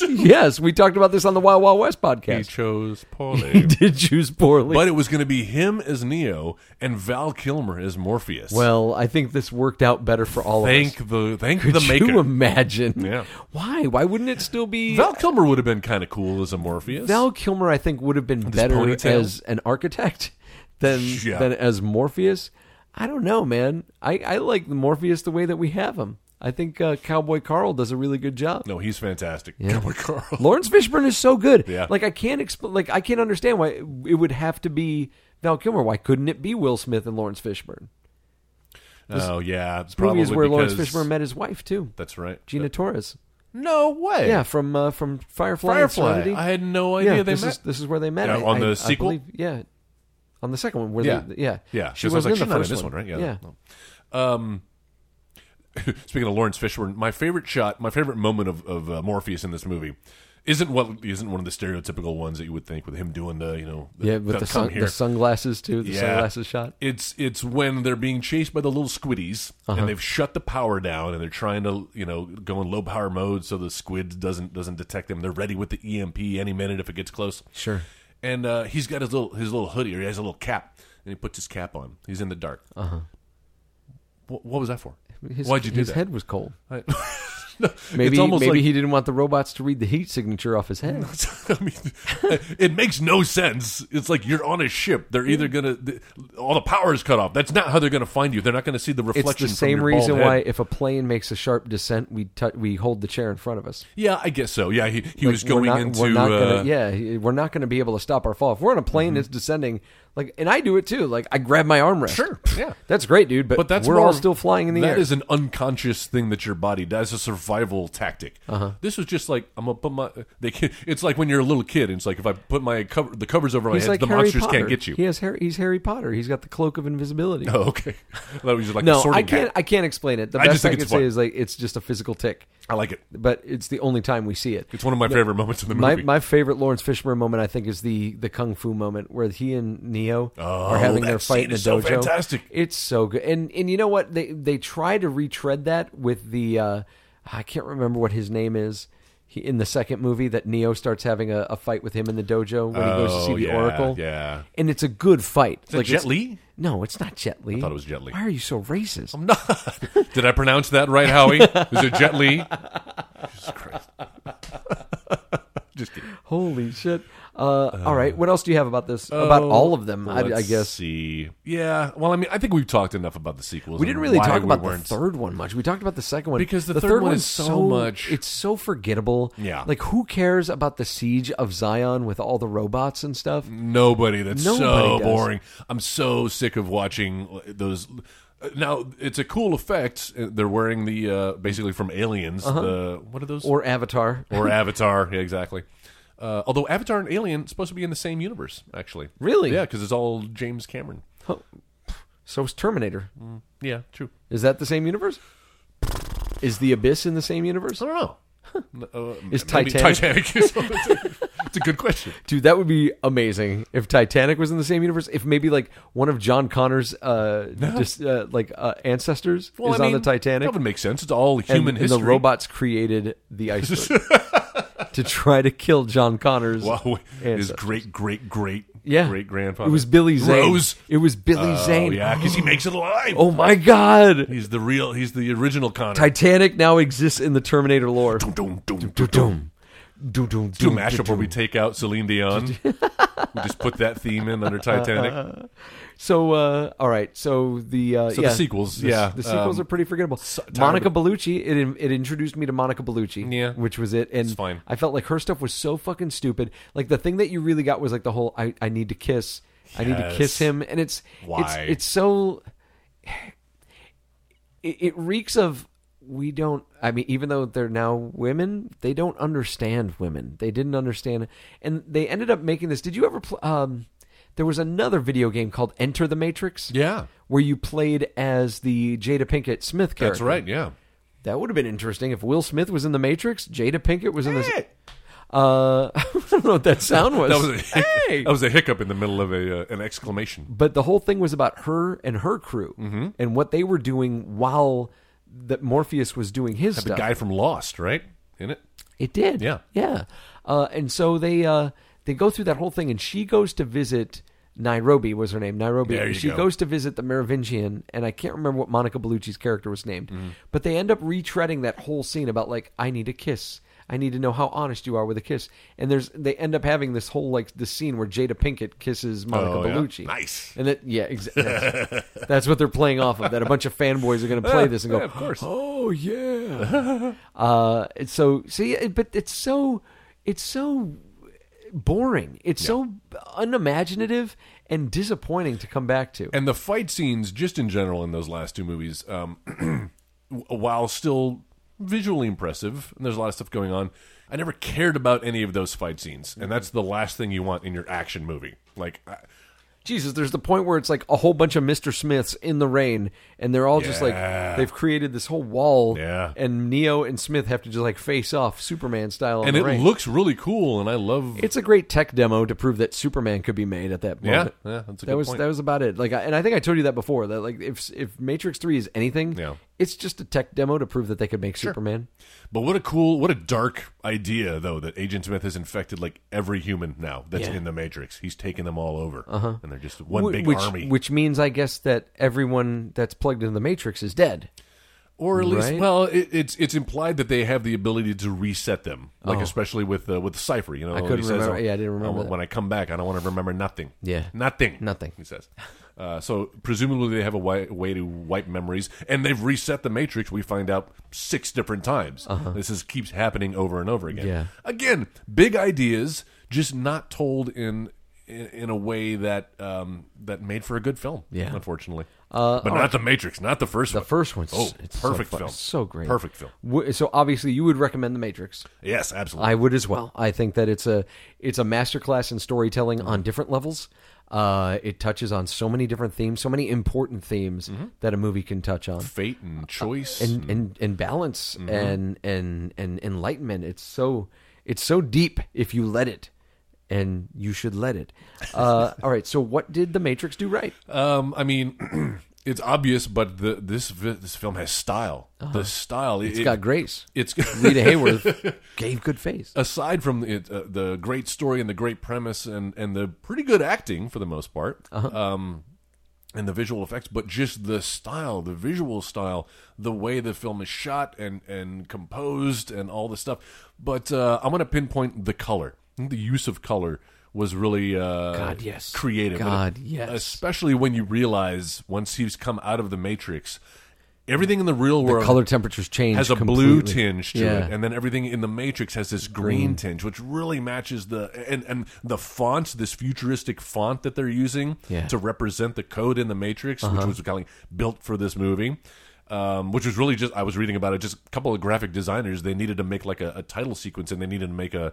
yes, we talked about this on the Wild Wild West
He
podcast.
chose
He
poorly.
did choose poorly.
But it was going to be him as Neo and Val Kilmer as Morpheus.
well, I think this worked out better for all of us.
thank the thank the
Could
maker.
you imagine?
Yeah.
Why? Why wouldn't it still be
Val Kilmer would have been kind of cool as a Morpheus.
Val Kilmer? I think would have been better
ponytail.
as an architect than
Yeah.
than as Morpheus. I don't know, man. I, I like Morpheus the way that we have him. I think uh, Cowboy Carl does a really good job.
no, he's fantastic. Cowboy Carl.
Lawrence Fishburne is so good.
Yeah.
Like I can't explain. Like I can't understand why it would have to be Val Kilmer. Why couldn't it be Will Smith and Lawrence Fishburne?
Oh yeah,
Movie
probably
is where Lawrence
because-
Fishburne met his wife too,
That's right.
Gina Torres.
no way.
Yeah, from uh, from Firefly. and
Firefly.
Serenity.
I had no idea
yeah,
they
this
met.
Is, this is where they met.
Yeah,
I-
on the
I- I
sequel?
believe- yeah, on the second one. Where
Yeah.
they, yeah,
Yeah,
She
'cause I was
wasn't
like,
in
she's
the
not in
first
this
one,
one, right? Yeah,
Yeah,
no. Um, Speaking of Lawrence Fishburne, my favorite shot, my favorite moment of, of uh, Morpheus in this movie isn't what isn't one of the stereotypical ones that you would think with him doing the you know
yeah, with the,
come
sun,
here.
the sunglasses too. The sunglasses shot.
It's it's when they're being chased by the little squiddies
Uh-huh.
and they've shut the power down and they're trying to you know go in low power mode so the squid doesn't doesn't detect them. They're ready with the EMP any minute if it gets close. Sure. And uh, he's got his little his little hoodie or he has a little cap and he puts his cap on. He's in the dark. Uh huh. What, was that for?
His,
Why'd you do
Uh-huh. his
that?
head was cold.
I-
Maybe
it's almost
maybe
like- Mm.
he didn't want the robots to read the heat signature off his head.
I mean, it makes no sense. It's like you're on a ship. They're either gonna th- all the power is cut off. That's not how they're gonna find you. They're not gonna see the reflection.
It's the
from
same
your bald
reason
head.
why if a plane makes a sharp descent, we tou we hold the chair in front of us.
Yeah, I guess so. Yeah, he, he
Like,
was
we're
going
not-
into
we're not
uh, Mm-hmm.
gonna, yeah, he- we're not going to be able to stop our fall if we're on a plane that's descending. Like, and I do it too. Like, I grab my armrest.
Sure, yeah.
that's great, dude. But,
But that's
we're
more
all
of-
still flying in the air.
That is an unconscious thing that your body does, a survival tactic. Uh-huh. This was just like I'm gonna put my. They can, it's like when you're a little kid. And it's like if I put my cover, the covers over my
He's
head,
like
the
Harry
monsters
Potter.
can't get you.
He has Harry, he's Harry Potter. He's got the cloak of invisibility.
Oh, okay. I thought it was just like
no,
a sorting
I can't.
Hat.
I can't explain it. The
I
best
just think
I can
it's
say
fun.
is like it's just a physical tick,
I like it.
but it's the only time we see it.
It's one of my favorite moments in the
My,
movie.
my favorite Lawrence Fishburne moment, I think, is the the kung fu moment where he and Neo are having
Oh, that
their fight
scene
in the
is so
dojo.
fantastic.
It's so good, and and you know what they they try to retread that with the uh, I can't remember what his name is. He, in the second movie, that Neo starts having a, a fight with him in the dojo when he goes to
Oh,
see the
yeah,
Oracle.
yeah.
and it's a good fight.
it Jet
it's-
Li?
No, it's not Jet Li. I
thought it was Jet Li.
Why are you so racist?
Did I pronounce that right, Howie? Is it Jet Li? Jesus Christ. Just kidding.
Holy shit! Uh, all right, what else do you have about this? about all of them, I, I
Oh, Let's
guess.
See, yeah. Well, I mean, I think we've talked enough about the sequels.
We
and
didn't really
why
talk
we
about the
weren't-
third one much. We talked about the second one
Because the third one is so much-
It's so forgettable.
Yeah.
like who cares about the siege of Zion with all the robots and stuff?
Mm. Nobody. That's so
Nobody does.
boring. I'm so sick of watching those. uh, Now it's a cool effect. They're wearing the uh, basically from Aliens. The what are those?
Uh-huh. Or Avatar?
Or Avatar. Yeah, exactly. Uh, although Avatar and Alien supposed to be in the same universe, actually.
Really?
Yeah, because it's all James Cameron.
So is Terminator.
Yeah, true.
Is that the same universe? Is the Abyss in the same universe?
I don't know. Oh. Uh,
Is
maybe
Titanic-
Titanic is- it's a good question.
Dude, that would be amazing if Titanic was in the same universe. If maybe like one of John Connor's uh, just uh, like uh, ancestors
Well,
is
I
on the
mean,
Titanic,
That would make sense. It's all
and,
human
and
history.
the robots created the iceberg to try to kill John Connor's.
Wow, his
ancestors.
great great great
yeah.
great grandfather.
It was Billy Zane.
Rose.
It was Billy
Oh,
Zane.
yeah, because he makes it alive.
Oh my God!
He's the real. He's the original Connor.
Titanic now exists in the Terminator lore.
Doom, doom, doom, doom, doom.
Doom. Doom, doom,
Do a
doom,
mashup where we take out Celine Dion. we just put that theme in under Titanic.
So, uh, all right. So the uh,
So the
yeah,
sequels,
the,
yeah,
the sequels
um,
are pretty forgettable.
tired
Monica
of
Bellucci. It in- it introduced me to Monica Bellucci.
Yeah.
which was it. And
It's fine.
I felt like her stuff was so fucking stupid. Like the thing that you really got was like the whole I, I need to kiss. I need to
Yes.
kiss him, and it's it's
Why?
it's so it, it reeks of we don't i mean even though they're now women they don't understand women they didn't understand and they ended up making this did you ever pl- um there was another video game called enter the matrix
Yeah.
where you played as the jada pinkett smith character
That's right. Yeah.
that would have been interesting if will smith was in the matrix jada pinkett was in this uh i don't know what that sound was,
That was a hic-
Hey!
that was a hiccup in the middle of a uh, an exclamation.
but the whole thing was about her and her crew
Mm-hmm.
and what they were doing while that morpheus was doing his
The
stuff
guy from Lost, right? In it.
It did.
Yeah.
Yeah. Uh, and so they uh, they go through that whole thing, and she goes to visit Nairobi. Was her name Nairobi?
There you
she
go.
goes to visit the Merovingian, and I can't remember what Monica Bellucci's character was named,
Mm-hmm.
but they end up retreading that whole scene about like I need a kiss. I need to know how honest you are with a kiss. And there's they end up having this whole like this scene where Jada Pinkett kisses Monica
Oh, yeah?
Bellucci.
Nice.
And that yeah, exa- that's, that's what they're playing off of. That a bunch of fanboys are going to play this and go,
Yeah, of course.
Oh yeah. uh, it's so see, it, but it's so it's so boring. It's so unimaginative and disappointing to come back to.
and the fight scenes just in general in those last two movies um, w- while still visually impressive and there's a lot of stuff going on i never cared about any of those fight scenes and that's the last thing you want in your action movie like I,
Jesus, there's the point where it's like a whole bunch of Mr. Smiths in the rain, and they're all just like
Yeah.
they've created this whole wall,
Yeah.
and Neo and Smith have to just like face off Superman style. in
and
the
it
rain.
looks really cool and i love
It's a great tech demo to prove that Superman could be made at that
Yeah,
moment.
yeah, that's a
that
good
was
point.
that was about it. Like, I, and I think I told you that before. That like, if if Matrix Three is anything,
Yeah.
it's just a tech demo to prove that they could make Superman.
but what a cool what a dark idea though that agent smith has infected like every human now that's
Yeah.
in the matrix he's taken them all over uh-huh. and they're just one
Wh-
big
which,
army
Which means, I guess, that everyone that's plugged into the Matrix is dead.
or at least
Right?
well, it, it's it's implied that they have the ability to reset them, like especially with uh, with Cipher. You know, I
couldn't remember- yeah, Oh. I didn't remember that."
"Oh, when I come back, I don't want to remember nothing.
Yeah.
nothing,
Nothing.
He says. Uh, so presumably they have a wi- way to wipe memories, and they've reset the Matrix. We find out six different times. This is keeps happening over and over again.
Uh-huh. Yeah.
Again, big ideas, just not told in. In, in a way that um, that made for a good film,
Yeah.
unfortunately, uh, but not the Matrix, not the first
The
one.
first one's
oh,
it's so
perfect
fu-
film,
so great,
perfect film.
W- So obviously, you would recommend The Matrix.
Yes, absolutely.
I would as well. I think that it's a it's a masterclass in storytelling on different levels. Uh, it touches on so many different themes, so many important themes
Mm-hmm.
that a movie can touch on,
Fate and choice.
and and, and balance
Mm-hmm.
and and and enlightenment. It's so it's so deep if you let it, and you should let it. Uh, all right. So what did The Matrix do right?
um, I mean, it's obvious, but the this vi- this film has style. The style. It,
Uh-huh. It's got grace.
It's
Rita Hayworth gave good face.
aside from it, uh, the great story and the great premise and and the pretty good acting for the most part.
Uh-huh.
Um, and the visual effects, but just the style, the visual style, the way the film is shot and and composed, and all the stuff. But uh, I'm going to pinpoint the color. I think The use of color was really uh,
God, yes.
creative. And
God,
it-
yes.
Especially when you realize once he's come out of the matrix, everything in the real
The
world
color temperatures change
Uh, has a blue
completely.
tinge to
Yeah.
it, and then everything in the Matrix has this green, tinge, which really matches the and and the font, this futuristic font that they're using
Yeah. Uh-huh.
to represent the code in the Matrix, which was kind of like built for this movie. Um, which was really just I was reading about it. Just a couple of graphic designers they needed to make like a, a title sequence, and they needed to make a.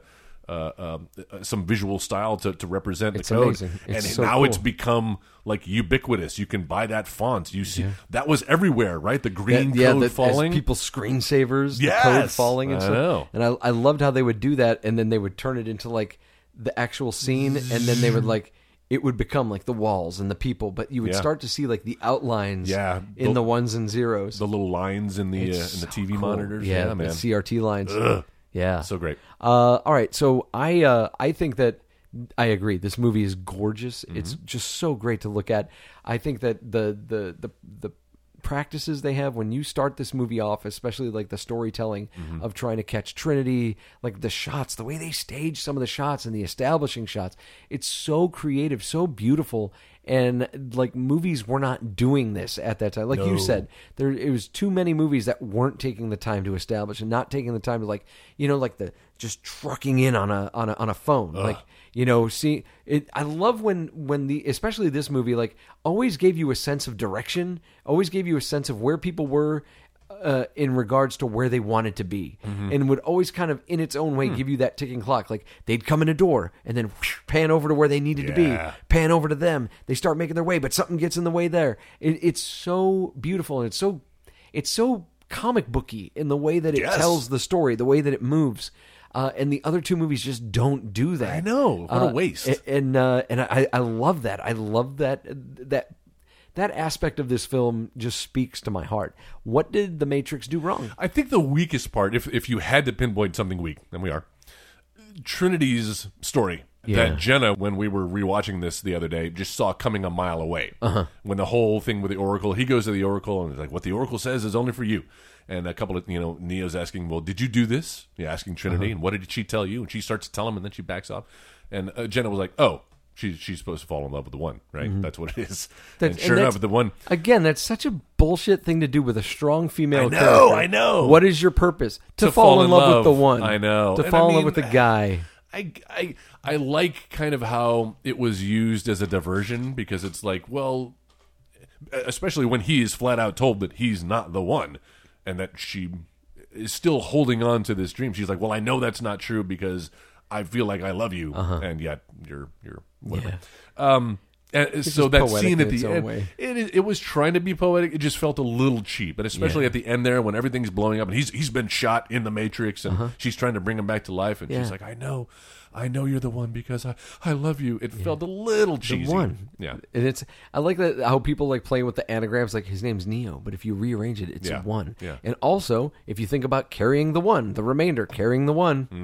Uh, uh, some visual style to, to represent
It's
the code,
amazing. It's
and
so
now it's
cool.
become like ubiquitous. You can buy that font. You see that was everywhere, right? The green
That- yeah,
code
the, as
falling.
people screensavers, the code
Yes!
falling, and
I
stuff.
know.
And I, I loved how they would do that, and then they would turn it into like the actual scene, and then they would like it would become like the walls and the people, but you would
Yeah.
start to see like the outlines,
Yeah,
in
the-
the, ones and zeros,
the little lines in the uh, in the
It's so
TV
cool.
monitors.
yeah,
Yeah,
the
man,
CRT lines, yeah,
so great.
Uh, all right, so I uh, I think that I agree. This movie is gorgeous. It's just so great to look at. I think that the the the the practices they have when you start this movie off, especially like the storytelling of trying to catch Trinity, like the shots, the way they stage some of the shots and the establishing shots. It's so creative, so beautiful. And like movies were not doing this at that time. Like you said, there it was too many movies that weren't taking the time to establish and not taking the time to like you know like the just trucking in on a on a on a phone like you know see it i love when when the especially this movie like always gave you a sense of direction always gave you a sense of where people were uh, in regards to where they wanted to be
Mm-hmm.
and would always kind of in its own
Hmm.
way give you that ticking clock like they'd come in a door and then whoosh, pan over to where they needed to
Yeah.
be pan over to them they start making their way but something gets in the way there it, it's so beautiful and it's so it's so comic booky in the way that it
Yes.
tells the story, the way that it moves. Uh, and the other two movies just don't do that. Uh,
I know. What a waste.
a- And uh, and I, I love that. I love that that that aspect of this film just speaks to my heart. What did The Matrix do wrong?
I think the weakest part, if if you had to pinpoint something weak, and we are, Trinity's story
Yeah.
that Jenna, when we were rewatching this the other day, just saw coming a mile away. Uh-huh. When the whole thing with the Oracle, he goes to the Oracle and is like, "What the Oracle says is only for you." And a couple of you know, Neo's asking, "Well, did you do this?" Yeah, asking Trinity,
Uh-huh.
and what did she tell you? And she starts to tell him, and then she backs off. And uh, Jenna was like, "Oh." She's, she's supposed to fall in love with the one, right? That's what it is.
Mm-hmm. That's-
and sure
and that's-
enough, the one
Again, that's such a bullshit thing to do with a strong female
I know,
character.
I know.
What is your purpose? To,
To
fall,
fall
in
in
love, with
love.
the one.
I know.
To
And I
fall in love
mean-
with the guy.
I, I, I like kind of how it was used as a diversion because it's like, well, especially when he is flat out told that he's not the one and that she is still holding on to this dream. She's like, well, I know that's not true because I feel like I love you and yet you're, you're whatever. Um, and so
just
that
poetic
scene
in
at
its
the
own
end,
way.
it, is- it was trying to be poetic. It just felt a little cheap, and especially at the end there when everything's blowing up and he's he's been shot in the matrix and she's trying to bring him back to life, and
Uh-huh. Yeah.
she's like, "I know, I know you're the one because I I love you." It felt a little cheesy.
one.
yeah.
And it's I like that how people like playing with the anagrams. Like his name's Neo, but if you rearrange it, it's
Yeah.
one.
Yeah.
And also, if you think about carrying the one, the remainder, carrying the one, he's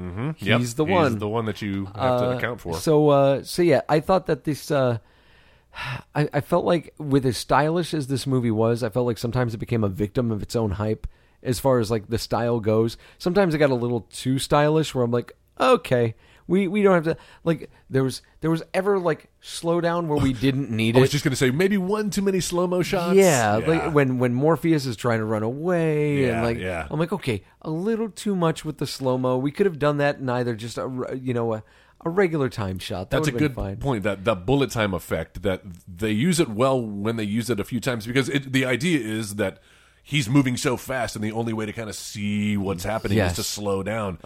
Mm-hmm. Yep.
the one. Uh,
the one that you have to account for.
So, uh, so yeah, I thought that this uh, I, I felt like with as stylish as this movie was, I felt like sometimes it became a victim of its own hype as far as like the style goes. Sometimes it got a little too stylish where I'm like, okay, we, we don't have to like there was there was ever like slowdown where we didn't need
I
it.
was Oh, just going to say maybe one too many slow mo shots.
Yeah, like when when Morpheus is trying to run away, and
Yeah,
like
yeah.
I'm like, okay, a little too much with the slow mo. We could have done that in either just a re- you know a, a regular time shot. That
That's a
would've been
good
fine.
point. That that bullet time effect. That they use it well when they use it a few times because it, the idea is that he's moving so fast, and the only way to kind of see what's happening
Yes. Uh-huh.
is to slow down.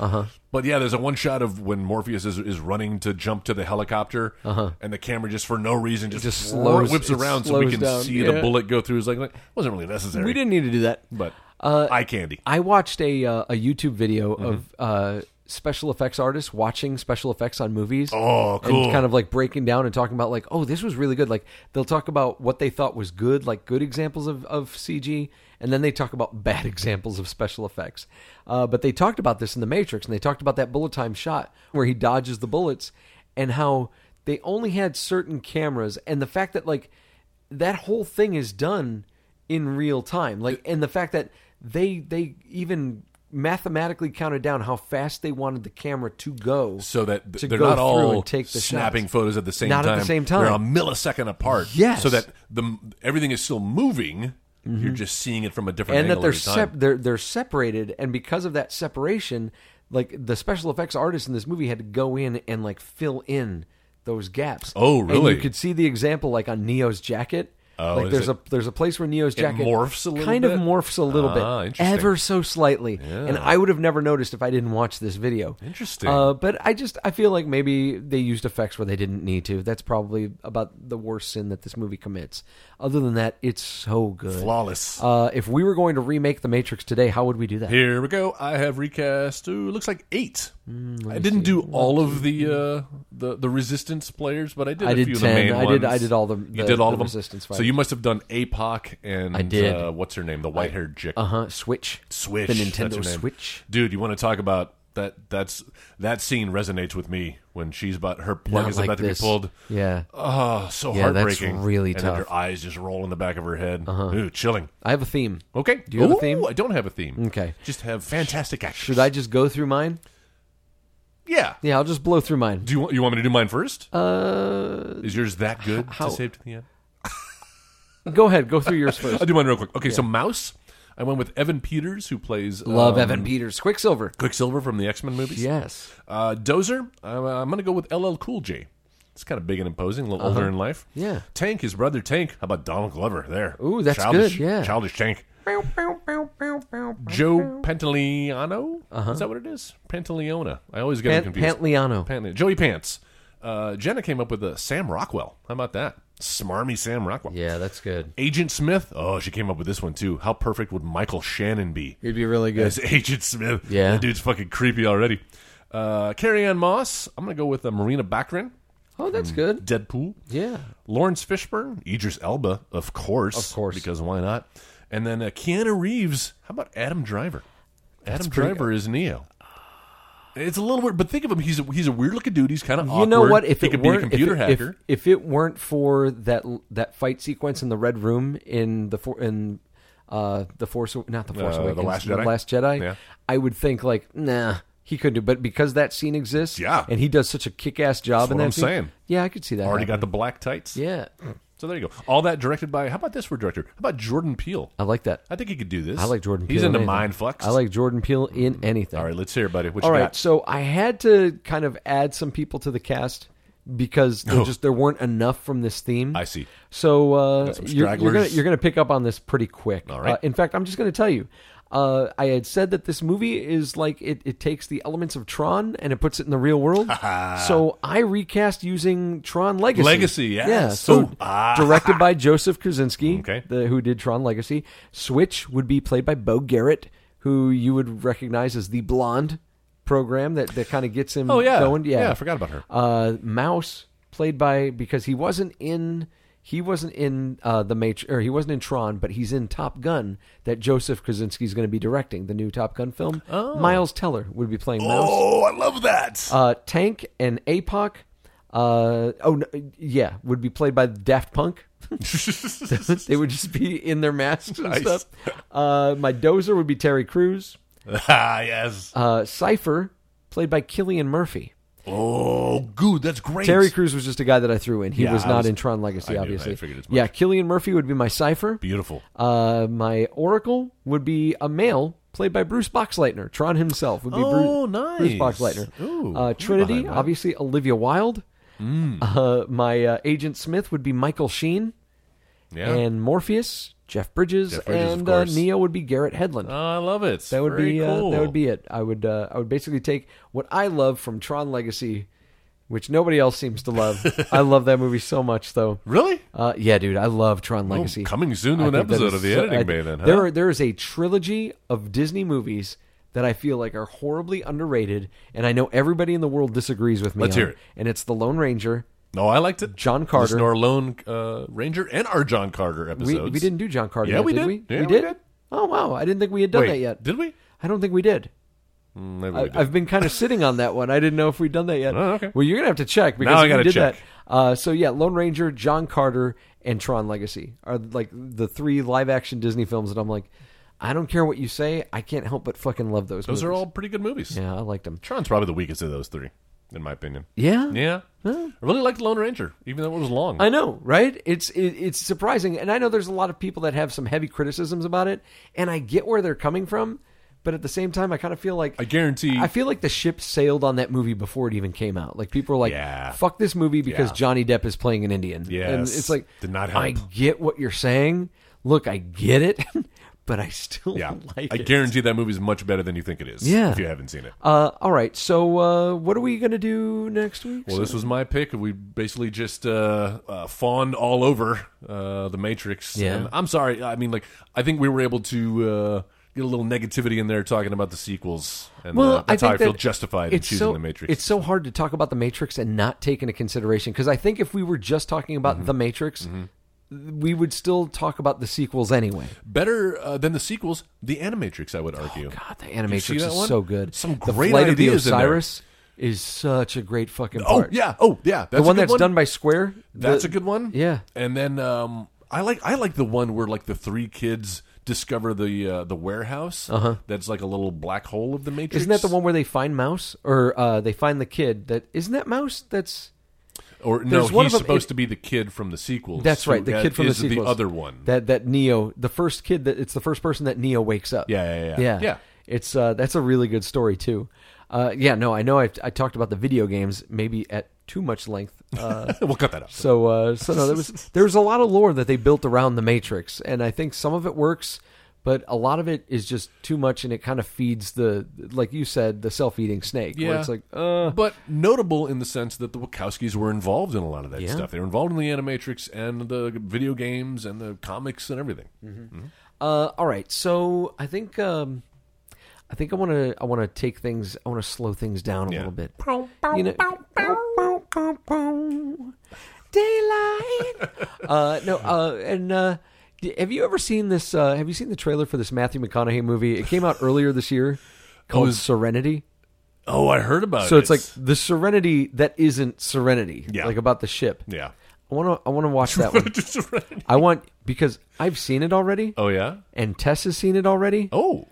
But yeah, there's a one shot of when Morpheus is, is running to jump to the helicopter, and the camera just for no reason just,
Uh-huh. just
whir-
slows-
whips
it
around so we
slows
can
down.
see
Yeah.
the bullet go through. It's like, like wasn't really necessary.
We didn't Uh, need to do that.
but eye candy.
I watched a uh, a YouTube video
Mm-hmm.
of uh, special effects artists watching special effects on movies.
Oh, cool.
And kind of like breaking down and talking about like, oh, this was really good. Like they'll talk about what they thought was good, like good examples of of CG, and then they talk about bad examples of special effects. Uh, but they talked about this in The Matrix, and they talked about that bullet time shot where he dodges the bullets, and how they only had certain cameras, and the fact that like that whole thing is done in real time like and the fact that they they even mathematically counted down how fast they wanted the camera to go
so that th-
to
they're
go
not
through
all
and take the
snapping
shots.
photos at the same
Not at
time.
the same time.
They're a millisecond apart.
Yes. Mm-hmm.
So that the everything is still moving. You're just seeing it from a different
and that
angle
they're
every time.
sep- they're they're separated and because of that separation like the special effects artists in this movie had to go in and like fill in those gaps
Oh,
And
really?
you could see the example like on neo's jacket
Oh,
like
is
there's
it-
a there's a place where Neo's jacket
morphs a little
kind of
bit?
morphs a little
Ah,
bit,
interesting.
ever so slightly, and I would have never noticed if I didn't watch this video.
Interesting.
Uh, but I just I feel like maybe they used effects where they didn't need to. That's probably about the worst sin that this movie commits. Other than that, it's so good,
Flawless.
Uh, if we were going to remake The Matrix today, how would we do that?
Here we go. I have recast. Ooh, looks like eight.
Mm,
I didn't do all of the uh, the the resistance players, but I did.
I
a
did
few Of
10.
the main
I did-
ones.
I did all the-
you
the-
did all
the
of them.
Resistance
So
fighters.
you must have done APOC and
I did.
Uh, what's her name? The white haired chick.
Uh huh. Switch.
Switch.
The
that's her
Nintendo
name.
Switch.
Dude, you want to talk about that? That's that scene resonates with me when she's about her plug
Not
is
like
about to
this.
be pulled.
Yeah.
Oh, so
Yeah, that's
heartbreaking.
really
and
tough.
Then her eyes just roll in the back of her head. Ooh, chilling.
I have a theme.
Okay.
Do you have a
Ooh,
theme?
I don't have a theme.
Okay.
Just have fantastic action.
Should I just go through mine?
Yeah.
Yeah, I'll just blow through mine.
Do you want you want me to do mine first?
Uh,
is yours that good
how-
to save to the end?
go ahead. Go through yours first.
I'll do mine real quick. Okay, so Mouse. I went with Evan Peters, who plays
Love
um,
Evan Peters. Quicksilver.
Quicksilver from the X Men movies.
Yes.
Uh, Dozer, I'm, I'm going to go with LL Cool J. It's kind of big and imposing, a little older in life.
Uh-huh. Yeah.
Tank, his brother Tank. How about Donald Glover there?
Ooh, that's
childish,
good, yeah.
Childish Tank. Joe Pantaleano? Is that what it is? Pantaleona. I always get him
Pant-
confused.
Uh-huh. Pantliano.
Pantale- Joey Pants. Uh, Jenna came up with uh, Sam Rockwell. How about that? Smarmy Sam Rockwell.
Yeah, that's good.
Agent Smith. Oh, she came up with this one too. How perfect would Michael Shannon be?
It'd be really good.
as Agent Smith.
Yeah.
that dude's fucking creepy already. Uh, Carrie Ann Moss. I'm gonna go with uh, Marina Baccarin,
Oh, that's
Mm.
good.
Deadpool.
Yeah.
Lawrence Fishburne, Idris Elba, of course,
Of course.
because why not? And then uh, Keanu Reeves. How about Adam Driver? Adam
pretty-
Driver is Neo. It's a little weird, but think of him. He's a, he's a weird looking dude. He's kind of
You know what? If
he
it
could be a
weren't
computer
if, it- if-
hacker,
If, it weren't for that that fight sequence in the red room in the for, in uh, the force not the force
Uh, The
awakens
Last Jedi?
Jedi,
Yeah.
I would think like nah he couldn't do. But because that scene exists,
Yeah.
and he does such a kick ass job
what
in that
I'm
scene,
saying.
yeah, I could see that.
already got
happening.
the black tights.
yeah,
So there you go. All that directed by. How about this for director? How about Jordan Peele?
I like that.
I think he could do this.
I like Jordan.
He's
Peele in
into
anything.
mind flux.
I like Jordan Peele in anything.
All right, let's hear, it, buddy. What
All
you
right,
got?
so I had to kind of add some people to the cast because there
Oh.
just there weren't enough from this theme.
I see.
So uh,
Got some
you're, you're gonna
stragglers.
you're gonna pick up on this pretty quick. All
right.
Uh, in fact, I'm just gonna tell you. Uh, I had said that this movie is like it, it takes the elements of Tron and it puts it in the real world. so I recast using Tron Legacy.
Legacy,
yeah.
yes.
So
Ooh, ah.
directed by Joseph Krasinski,
Okay.
the, who did Tron Legacy. Switch would be played by Bo Garrett, who you would recognize as the blonde program that, that kind of gets him
Oh, yeah.
going. Yeah.
Yeah, I forgot about her.
Uh, Mouse played by because he wasn't in he wasn't in uh, the Matrix or he wasn't in Tron, but he's in Top Gun that Joseph Krasinski is going to be directing the new Top Gun film. Miles Teller would be playing Mouse.
Oh, I love that.
Uh, Tank and APOC. Uh, oh, no, yeah, would be played by Daft Punk. they would just be in their masks and
Nice.
stuff. Uh, my dozer would be Terry Crews.
ah, yes.
Uh, Cypher, played by Killian Murphy.
oh, good. That's great.
Terry Crews was just a guy that I threw in. He
Yeah,
was
I
not
was-
in Tron Legacy,
I knew- I
obviously.
figured as much.
yeah, Killian Murphy would be my Cypher.
Beautiful.
Uh, my Oracle would be a male played by Bruce Boxleitner. Tron himself would be
Oh,
Bruce,
nice.
Bruce Boxleitner.
Ooh,
uh,
I'm
Trinity,
behind that. Mm.
obviously Olivia Wilde. Uh, my uh, Agent Smith would be Michael Sheen,
Yeah.
and Morpheus, Jeff Bridges,
Jeff Bridges, of
and uh,
course.
Neo would be Garrett Hedlund.
Oh, I love it.
that would
Very
be uh,
cool.
that would be it. I would uh, I would basically take what I love from Tron Legacy, which nobody else seems to love. I love that movie so much, though.
Really?
Uh, yeah, dude, I love Tron Legacy.
Oh, coming soon to
I
an
think that
episode
is
of the
so-
Editing
I-
Bay then, huh?
There are there is a trilogy of Disney movies that I feel like are horribly underrated, and I know everybody in the world disagrees with me.
Let's
on,
hear it.
And it's The Lone Ranger.
No, I liked it.
John Carter.
Listen to our Lone uh, Ranger and our John Carter
We,
episodes.
we didn't do John Carter.
Yeah,
yet,
we
did.
did.
We?
Yeah,
we
we
did.
did.
Oh wow, I didn't think we had done
Wait,
that yet.
Did we?
I don't think we did.
Maybe
I,
we did.
I've been kind of sitting on that one. I didn't know if we'd done that yet.
Oh, okay.
Well, you're gonna have to check because
Now I
we
gotta
did
check.
that. Uh, so yeah, Lone Ranger, John Carter, and Tron Legacy are like the three live action Disney films that I'm like, I don't care what you say, I can't help but fucking love those.
Those are
movies.
all pretty good movies.
Yeah, I liked them.
Tron's probably the weakest of those three, in my opinion.
Yeah,
Yeah. I really liked Lone Ranger, even though it was long.
I know, right? It's it, it's surprising, and I know there's a lot of people that have some heavy criticisms about it, and I get where they're coming from, but at the same time, I kind of feel like
I guarantee-
I feel like the ship sailed on that movie before it even came out. Like people are like,
Yeah.
"Fuck this movie" because
Yeah.
Johnny Depp is playing an Indian. and
Yes.
it's like
Did not help.
I get what you're saying. Look, I get it, but I still
yeah.
like
I
it.
guarantee that movie's much better than you think it is.
Yeah.
If you haven't seen it.
uh, all right, so uh, what are we gonna do next week?
Well, this was my pick. We basically just uh, uh, fawned all over uh, the Matrix.
Yeah.
And I'm sorry. I mean, like, I think we were able to uh, get a little negativity in there talking about the sequels. And uh,
Well, I
that's
think
how I feel
that
justified in
it's
choosing
so,
the Matrix.
It's so hard to talk about the Matrix and not take into consideration because I think if we were just talking about
Mm-hmm.
the Matrix, we would still talk about the sequels anyway.
better uh, than the sequels, the Animatrix. I would argue.
Oh, God, the
you
Animatrix
see
is
that one?
so good.
Some
the
great
Flight of
ideas
the
in there.
Osiris is such a great fucking
Oh
part.
yeah. Oh yeah. That's
the one
a good
that's done by Square.
That's
the-
a good one.
Yeah.
And then um, I like I like the one where like the three kids discover the uh, the warehouse uh-huh. that's like a little black hole of the Matrix.
Isn't that the one where they find Mouse or uh, they find the kid? That isn't that Mouse? That's
Or no,
There's
he's
one of them-
supposed
it-
to be the kid from the sequels.
That's right,
who
the
ha-
kid from the
is
sequels.
The other one.
that that Neo, the first kid that it's the first person that Neo wakes up.
Yeah, yeah, yeah.
yeah.
Yeah.
It's uh, that's a really good story too. Uh, yeah, no, I know I, I talked about the video games maybe at too much length. Uh,
we'll cut that out.
so uh, so no, there was there was a lot of lore that they built around the Matrix, and I think some of it works. But a lot of it is just too much, and it kind of feeds the, like you said, the self-eating snake. Where
Yeah.
it's like, uh,
but notable in the sense that the Wachowskis were involved in a lot of that
Yeah.
stuff. They were involved in the Animatrix and the video games and the comics and everything.
Uh, all right, so I think um, I think I want to I want to take things I want to slow things down a
Yeah.
little bit. You know- daylight. uh, no, uh, and uh, d- have you ever seen this? Uh, have you seen the trailer for this Matthew McConaughey movie? It came out earlier this year called
is-
Serenity.
Oh, I heard about it.
So it's like the Serenity that isn't Serenity,
Yeah.
like about the ship.
yeah.
I want to I want to watch that one. I want because I've seen it already.
oh yeah.
And Tess has seen it already
Oh.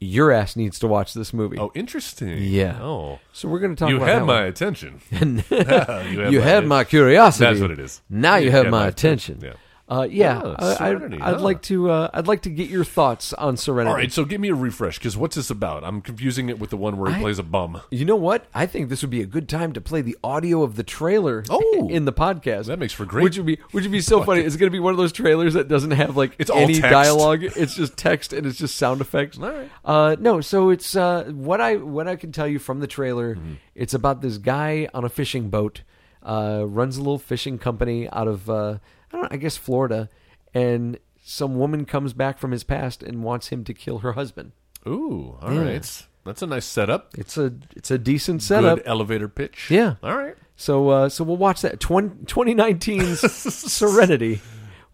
your ass needs to watch this movie.
Oh, interesting.
Yeah.
Oh.
So we're going to talk
You
about
had
that
my
one.
attention. you had,
You had my curiosity.
That's what it is.
Now you,
You
have
had
my
my
attention.
attention.
Uh, yeah,
Ah,
I- I, would
Serenity, huh?
like to. Uh, I'd like to get your thoughts on Serenity.
All right, so give me a refresh because what's this about? I'm confusing it with the one where he
I-
plays a bum.
You know what? I think this would be a good time to play the audio of the trailer
Oh.
in the podcast.
That makes for great-
Which would be which would be so funny. It's going to be one of those trailers that doesn't have like
It's all
any
text.
dialogue. It's just text and it's just sound effects. Uh no, so it's uh what I what I can tell you from the trailer,
Mm-hmm.
it's about this guy on a fishing boat uh runs a little fishing company out of uh I don't know, I guess Florida and some woman comes back from his past and wants him to kill her husband.
Ooh, all right, That's a nice setup.
It's a it's a decent setup.
Good elevator pitch.
Yeah.
All right.
So uh, so we'll watch that 20, 2019's Serenity.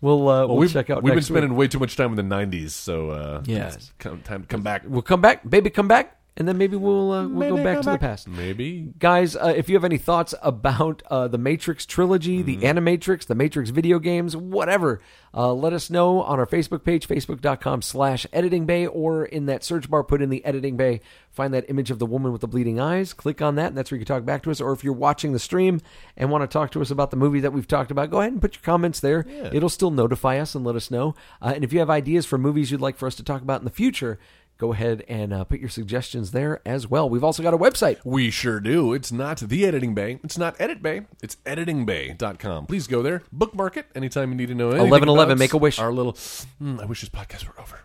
We'll uh, we'll,
we've
check out.
we've been
next week.
spending way too much time in the 90s, so uh,
Yeah.
it's come, time to come back.
We'll come back, baby. Come back and then maybe we'll uh, we'll go back to the past.
Maybe.
Guys, uh, if you have any thoughts about uh, the Matrix trilogy, the Animatrix, the Matrix video games, whatever, uh, let us know on our Facebook page, facebook.com slash editing bay, or in that search bar, put in the editing bay, find that image of the woman with the bleeding eyes, click on that, and that's where you can talk back to us. Or if you're watching the stream and want to talk to us about the movie that we've talked about, go ahead and put your comments there. It'll still notify us and let us know. Uh, and if you have ideas for movies you'd like for us to talk about in the future, go ahead and uh, put your suggestions there as well. We've also got a website.
We sure do. It's not the editing bay. It's not edit bay. It's editingbay.com. Please go there. Bookmark it anytime you need to know anything.
1111,
about
make a wish.
Our little, Mm, I wish this podcast were over.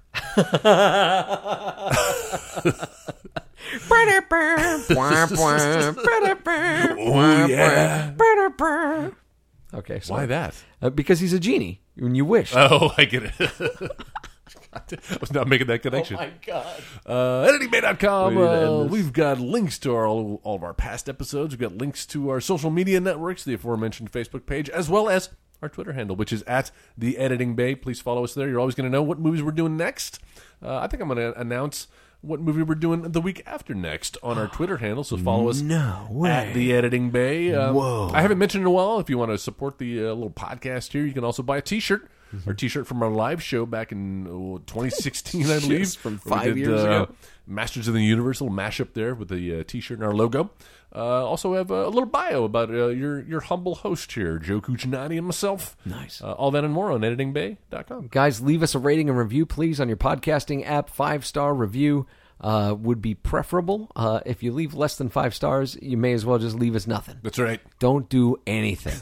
oh, yeah.
Okay, so
Why that?
Uh, because he's a genie. When you wish.
Oh, I get it. I was not making that connection. Oh my god! Uh, editingbay.com.
We need to end
Uh,
this.
we've got links to our, all of our past episodes. We've got links to our social media networks, the aforementioned Facebook page, as well as our Twitter handle, which is at the Editing Bay. Please follow us there. You're always going to know what movies we're doing next. Uh, I think I'm going to announce what movie we're doing the week after next on our Twitter handle. So follow us
No
at the editing bay. Um, Whoa! I haven't mentioned in a while. If you want to support the uh, little podcast here, you can also buy a T-shirt.
Mm-hmm.
Our T-shirt from our live show back in oh, 2016, I believe,
from
where we
five
did,
years
uh,
ago.
Masters of the Universe, little mashup there with the uh, T-shirt and our logo. Uh, also have a little bio about uh, your your humble host here, Joe Cuccinati and myself. Nice. Uh, all that and more on editingbay.com.
Guys, leave us a rating and review, please, on your podcasting app. Five star review uh, would be preferable. Uh, if you leave less than five stars, you may as well just leave us nothing.
That's right.
Don't do anything.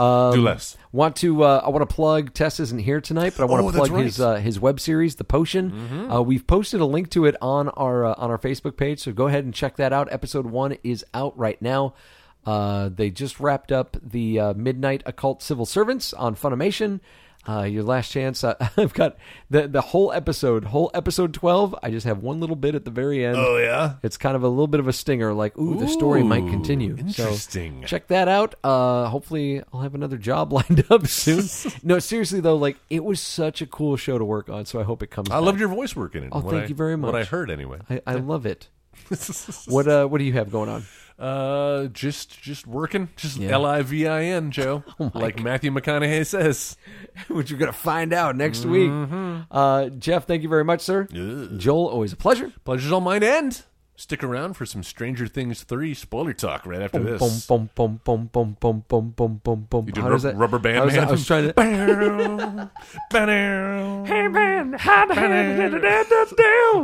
Um,
Do less.
want to uh, I want to plug Tess isn't here tonight, but I want
Oh,
to
that's
plug
right. Mm-hmm.
his uh, his web series, The Potion. Uh, we've posted a link to it on our uh, on our Facebook page, so go ahead and check that out. Episode one is out right now. Uh, they just wrapped up the uh, Midnight Occult Civil Servants on Funimation. Uh, your last chance. Uh, I've got the the whole episode, whole episode twelve. I just have one little bit at the very end.
Oh yeah.
It's kind of a little bit of a stinger, like, ooh, the story might continue. So
interesting.
check that out. Uh, hopefully, I'll have another job lined up soon. no, seriously, though, like, it was such a cool show to work on, so I hope it comes
I loved your voice work in it.
Oh,
what
thank
I-
you very
What I
much.
heard anyway.
back. I, I love it. What uh, what do you have going on?
Uh, just just working, just L I V I N, Joe.
Oh,
like Matthew McConaughey says.
Which you're going to find out next week. Uh, Jeff, thank you very much, sir. Joel, always a pleasure.
Pleasure's all mine. And stick around for some Stranger Things three spoiler talk right after this.
Boom, boom, boom, boom, boom, boom, boom, boom, boom, boom.
You did
How
rub-
does that-
rubber band
I was,
man.
I was trying to.
Hey man,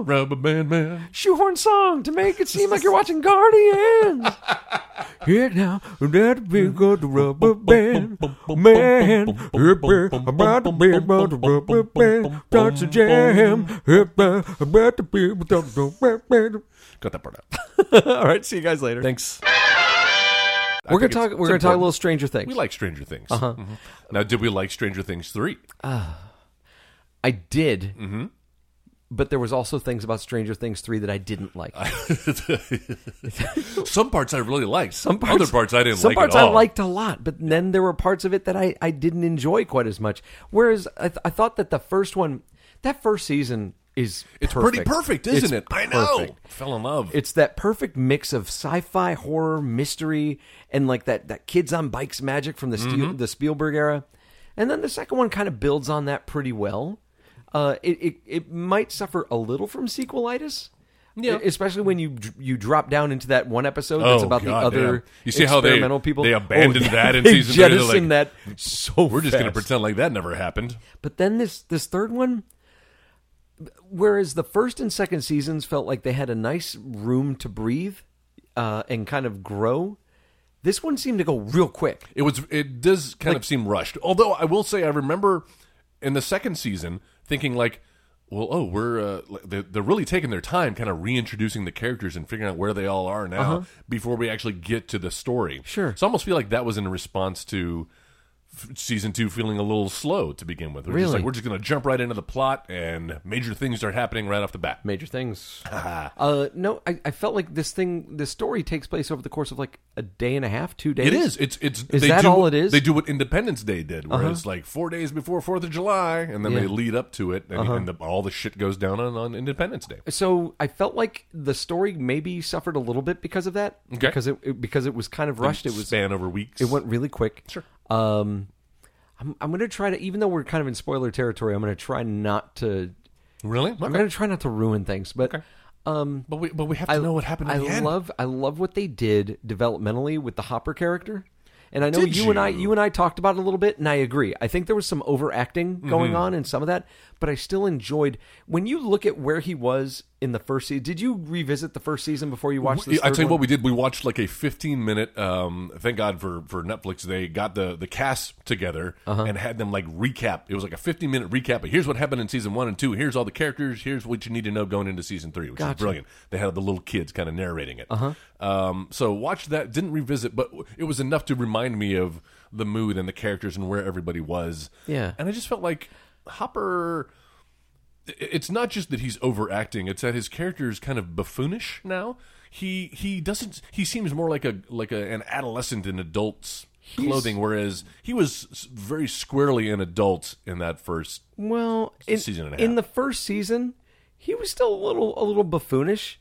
rubber band man.
shoehorn song to make it seem like you're watching Guardians. Here now, that big good rubber band, man. Hip, hip, About the big about the rubber band, starts a jam. Hip, hip, About the big about the rubber band.
Got that part out.
All right, see you guys later.
Thanks. I
We're gonna
think
talk.
it's-
We're
it's
gonna talk a
important.
little Stranger Things.
We like Stranger Things.
Uh-huh.
Mhm. Now, did we like Stranger Things three?
I did.
Mm-hmm.
But there was also things about Stranger Things three that I didn't like.
Some parts I really liked.
Some parts,
other parts I didn't
Some
like
parts
at all.
I liked a lot, but then there were parts of it that I, I didn't enjoy quite as much. Whereas I, th- I thought that the first one, that first season is
It's
perfect.
pretty perfect,
It's
isn't it? I know.
perfect.
Fell in love.
It's that perfect mix of sci-fi, horror, mystery, and like that that kids on bikes magic from the Steel,
Mm-hmm.
the Spielberg era. And then the second one kind of builds on that pretty well. Uh, it, it it might suffer a little from sequelitis. Yeah. Especially when you dr- you drop down into that one episode that's
Oh,
about
God,
the other
damn. You see how they-
experimental people. Oh,
they abandoned that in
they
season three. They're
jettisoned
like,
that so
We're just going to
fast.
pretend like that never happened.
But then this this third one, whereas the first and second seasons felt like they had a nice room to breathe uh, and kind of grow, this one seemed to go real quick.
It was. It does kind of seem rushed. Although I will say, I remember in the second season thinking like, "Well, oh, we're uh, like, they're, they're really taking their time, kind of reintroducing the characters and figuring out where they all are now before we actually get to the story."
Uh-huh. Sure.
So I almost feel like that was in response to f- season two feeling a little slow to begin with. We're just
Really?
like we're just going to jump right into the plot and major things start happening right off the bat.
Major things. uh, no, I, I felt like this thing, this story takes place over the course of like a day and a half, two days.
It is. It's it's.
Is
they
that
do,
all it is? Uh-huh.
They do what Independence Day did, where it's like four days before Fourth of July, and then
Yeah. Uh-huh.
they lead up to it, and, and the, all the shit goes down on, on Independence Day.
so I felt like the story maybe suffered a little bit because of that.
Okay.
Because it, it- because it was kind of rushed. It was
span over weeks.
it went really quick.
Sure.
Um, I'm I'm gonna try to even though we're kind of in spoiler territory, I'm gonna try not to.
really.
I'm
Okay.
gonna try not to ruin things, but.
Okay.
Um,
But we but we have to know what happened.
I
in the end.
love I love what they did developmentally with the Hopper character. And I know
Did
you, and I
you?
you and I talked about it a little bit and I agree. I think there was some overacting
Mm-hmm.
going on in some of that, but I still enjoyed when you look at where he was in the first season. Did you revisit the first season before you watched this?
I
third
tell you what
one?
we did. We watched like a 15 minute. Um, thank God for for Netflix. They got the the cast together
Uh-huh.
and had them like recap. It was like a 15 minute recap. But here's what happened in season one and two. Here's all the characters. Here's what you need to know going into season three, which is brilliant. They had the little kids kind of narrating it. Uh-huh. Um, so watched that. Didn't revisit, but it was enough to remind me of the mood and the characters and where everybody was.
Yeah.
and I just felt like Hopper it's not just that he's overacting it's that his character is kind of buffoonish now he he doesn't he seems more like a like a, an adolescent in adults clothing whereas he was s- very squarely an adult in that first
Well, in,
season and a
in
half.
the first season, he was still a little a little buffoonish,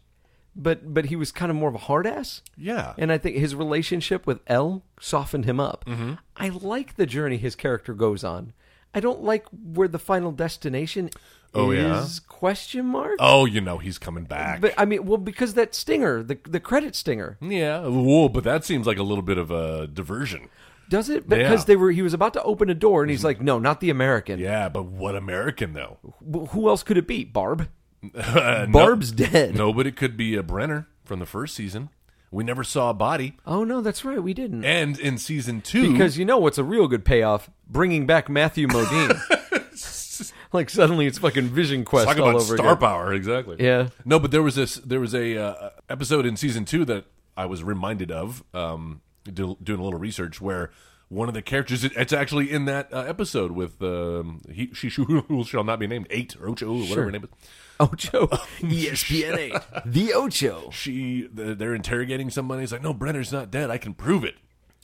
but but he was kind of more of a hard ass.
Yeah.
and I think his relationship with Elle softened him up.
Mm-hmm.
I like the journey his character goes on. I don't like where the final destination
Oh,
is
yeah?
question mark.
oh you know he's coming back
But I mean, well, because that stinger, the the credit stinger,
yeah whoa but that seems like a little bit of a diversion
does it because
Yeah. Mm-hmm.
they were he was about to open a door and he's like, no, not the American.
yeah but what american though
Wh- Who else could it be? Barb.
Uh, no-
Barb's dead.
no but it could be a brenner from the first season we never saw a body
Oh no, that's right, we didn't.
and in season two
Because you know what's a real good payoff? Bringing back Matthew Modine. like suddenly it's fucking Vision Quest
Talk
all
about
over
star
again.
power, exactly.
Yeah.
No, but there was this. There was a uh, episode in season two that I was reminded of um, do, doing a little research where one of the characters it's actually in that uh, episode with um, he she who shall not be named eight or Ocho whatever her name is.
Ocho, E ESPN eight, the Ocho.
She th- they're interrogating somebody. He's like, no, Brenner's not dead. I can prove it.